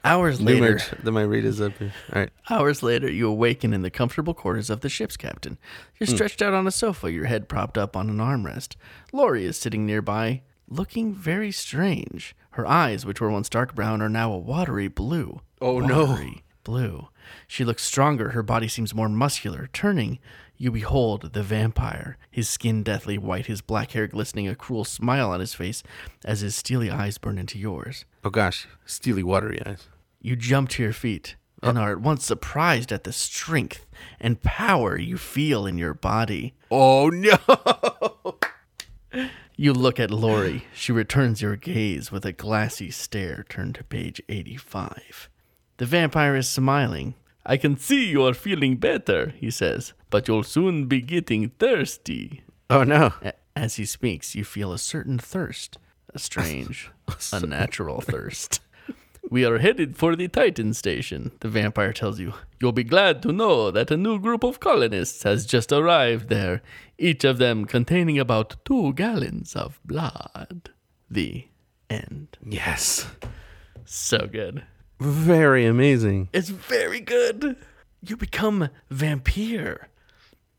Hours
New
later.
merch. Then my read is up here. All right.
Hours later, you awaken in the comfortable quarters of the ship's captain.
Hmm.
You're stretched out on a sofa, your head propped up on an armrest. Laurie is sitting nearby, looking very strange. Her eyes, which were once dark brown, are now a watery blue.
Oh, no.
Watery Blue. She looks stronger, her body seems more muscular. Turning, you behold the vampire, his skin deathly white, his black hair glistening, a cruel smile on his face as his steely eyes burn into yours.
Oh gosh, steely watery eyes.
You jump to your feet and are at once surprised at the strength and power you feel in your body.
Oh no! *laughs*
You look at Lori. She returns your gaze with a glassy stare. Turn to page 85. The vampire is smiling. I can see you are feeling better, he says, but you'll soon be getting thirsty.
Oh no!
A- As he speaks, you feel a certain thirst, *laughs* a strange, unnatural thirst. We are headed for the Titan station, the vampire tells you. You'll be glad to know that a new group of colonists has just arrived there, each of them containing about two gallons of blood. The end.
Yes,
So good.
very amazing.
It's very good. You become vampire.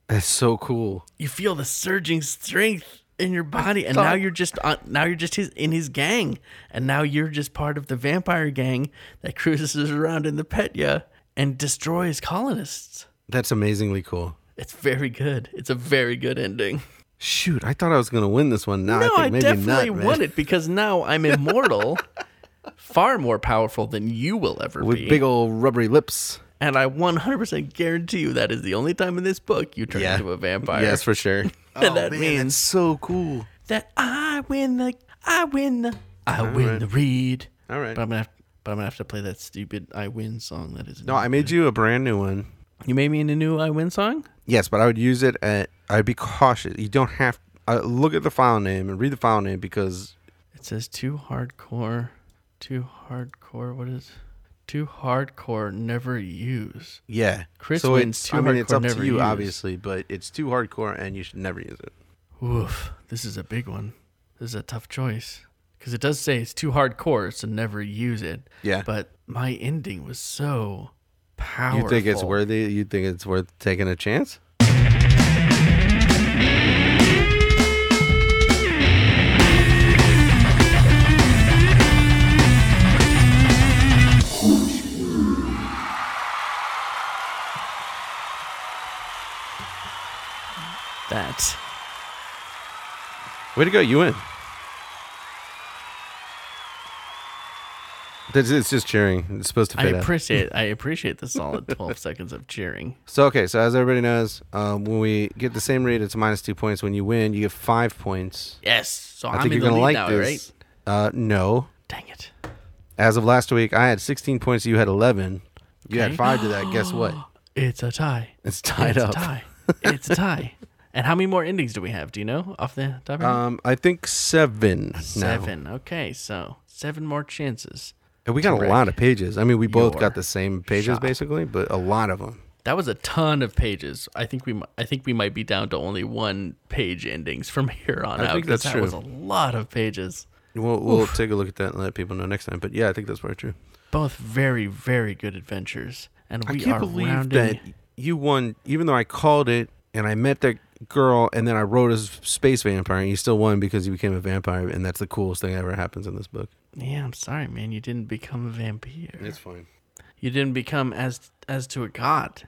That's so cool.
You feel the surging strength in your body, and now you're just on, now you're just his, in his gang, and now you're just part of the vampire gang that cruises around in the Petya and destroys colonists.
That's amazingly cool.
It's very good. It's a very good ending.
Shoot, I thought I was gonna win this one. Now I
no,
think
I,
maybe
definitely
not, man.
won it because now I'm
*laughs*
immortal, far more powerful than you will ever
with
be.
big old rubbery lips.
and I 100% guarantee you that is the only time in this book you turn
Yeah.
into a vampire.
Yes, for sure. Oh,
and *laughs* that means
so cool.
that I win the I win the I win the read.
All right.
But I'm gonna have, but I'm gonna have to play that stupid I win song that is
No, I made you a brand new one.
You made me in a new I win song?
Yes, but I would use it at. I'd be cautious. You don't have. Uh, look at the file name and read the file name because
It says too hardcore too hardcore what is too hardcore never use.
yeah,
Chris
so
wins
it's-
too
I mean, it's
hardcore,
up
never
to you,
used.
obviously, but it's too hardcore, and you should never use it.
Oof, this is a big one. This is a tough choice. Because it does say it's too hardcore, so never use it.
Yeah.
But my ending was so
You
powerful.
think it's worthy? You think it's worth taking a chance?
that?
Way to go! You win. That's, it's just cheering. It's supposed to
I
fade out.
appreciate
*laughs*
I appreciate the solid 12 seconds of cheering.
So okay, so as everybody knows, um, when we get the same read, it's minus two points. When you win, you get five points.
Yes. So
I
am
think
in
you're
the
gonna
lead
like
now,
this. Uh, no,
right? Dang it.
as of last week, I had 16 points. You had 11. You had
Okay.
five to that.
*gasps*
Guess what?
It's a tie.
It's tied
it's
up.
a tie. It's a
*laughs*
tie. And how many more endings do we have? Do you know off the top of your head?
Um, I think seven. now.
Seven. Okay, so seven more chances.
And we got a lot of pages. I mean, we both
your
got the same pages
shot.
basically, but a lot of them.
That was a ton of pages. I think we mi- I think we might be down to only one page endings from *laughs* here on out.
think
'cause
that's
that
true.
was a lot of pages.
We'll, we'll take a look at that and let people know next time. But yeah, I think that's very true.
Both very very good adventures, and we
I can't
are
believe
rounding.
that you won, even though I called it and I meant to girl, and then I rode as space vampire, and he still won because he became a vampire, and that's the coolest thing that ever happens in this book.
Yeah, I'm sorry, man. You didn't become a vampire.
It's fine.
You didn't become as as to a god.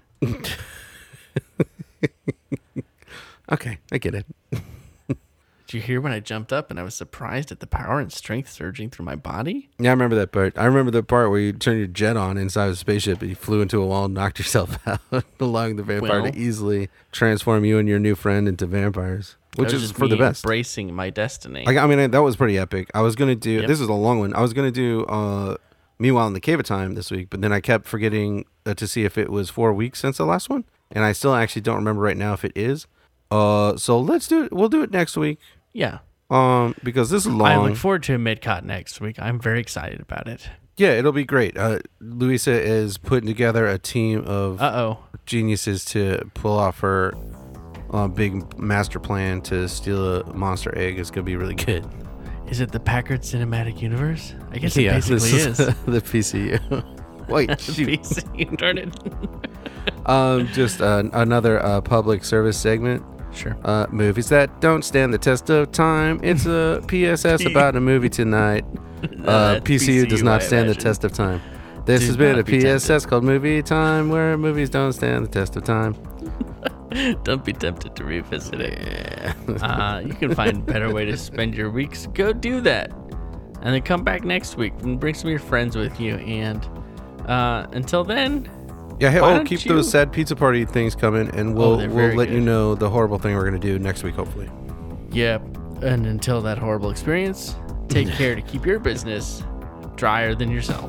Okay, I get it.
Did you hear when I jumped up and I was surprised at the power and strength surging through my body?
Yeah, I remember that part. I remember the part where you turned your jet on inside of a spaceship and you flew into a wall and knocked *laughs* yourself out, allowing the vampire
Well-
to easily transform you and your new friend into vampires,
That
which
was
is
just
for the
me
best.
Embracing my destiny.
Like I mean, I- that was pretty epic. I was gonna do
Yep.
this is a long one. I was gonna do uh, meanwhile in the cave of time this week, but then I kept forgetting uh, to see if it was four weeks since the last one, and I still actually don't remember right now if it is. Uh, so let's do it. We'll do it next week.
yeah.
Um, because this is long.
I look forward to MidCot next week. I'm very excited about it.
yeah, it'll be great. Uh, Luisa is putting together a team of
Uh oh.
geniuses to pull off her uh, big master plan to steal a monster egg. It's gonna be really *laughs* good.
Is it the Packard Cinematic Universe? I guess it
this
basically is. *laughs*
*laughs* the PCU. Wait, shoot.
PC, darn it.
um, just uh, another uh, public service segment.
Sure.
Uh, movies that don't stand the test of time.
*laughs*
It's a PSS about a movie tonight. Uh, PCU, does
PCU,
not
I
stand the
imagine.
test of time. This
Do
has been
not
a
be tempted.
PSS called Movie Time, where movies don't stand the test of time.
*laughs* Don't be tempted to revisit it. uh, you can find better way to spend your weeks. Go do that. And then come back next week and bring some of your friends with you. And uh, until then,
Yeah, hey,
Why
oh,
don't
keep
you- Oh,
those sad pizza party things coming, and we'll
they're
we'll
very
let you
good.
know the horrible thing we're gonna do next week, hopefully.
yep. And until that horrible experience, take care to keep your business drier than yourself.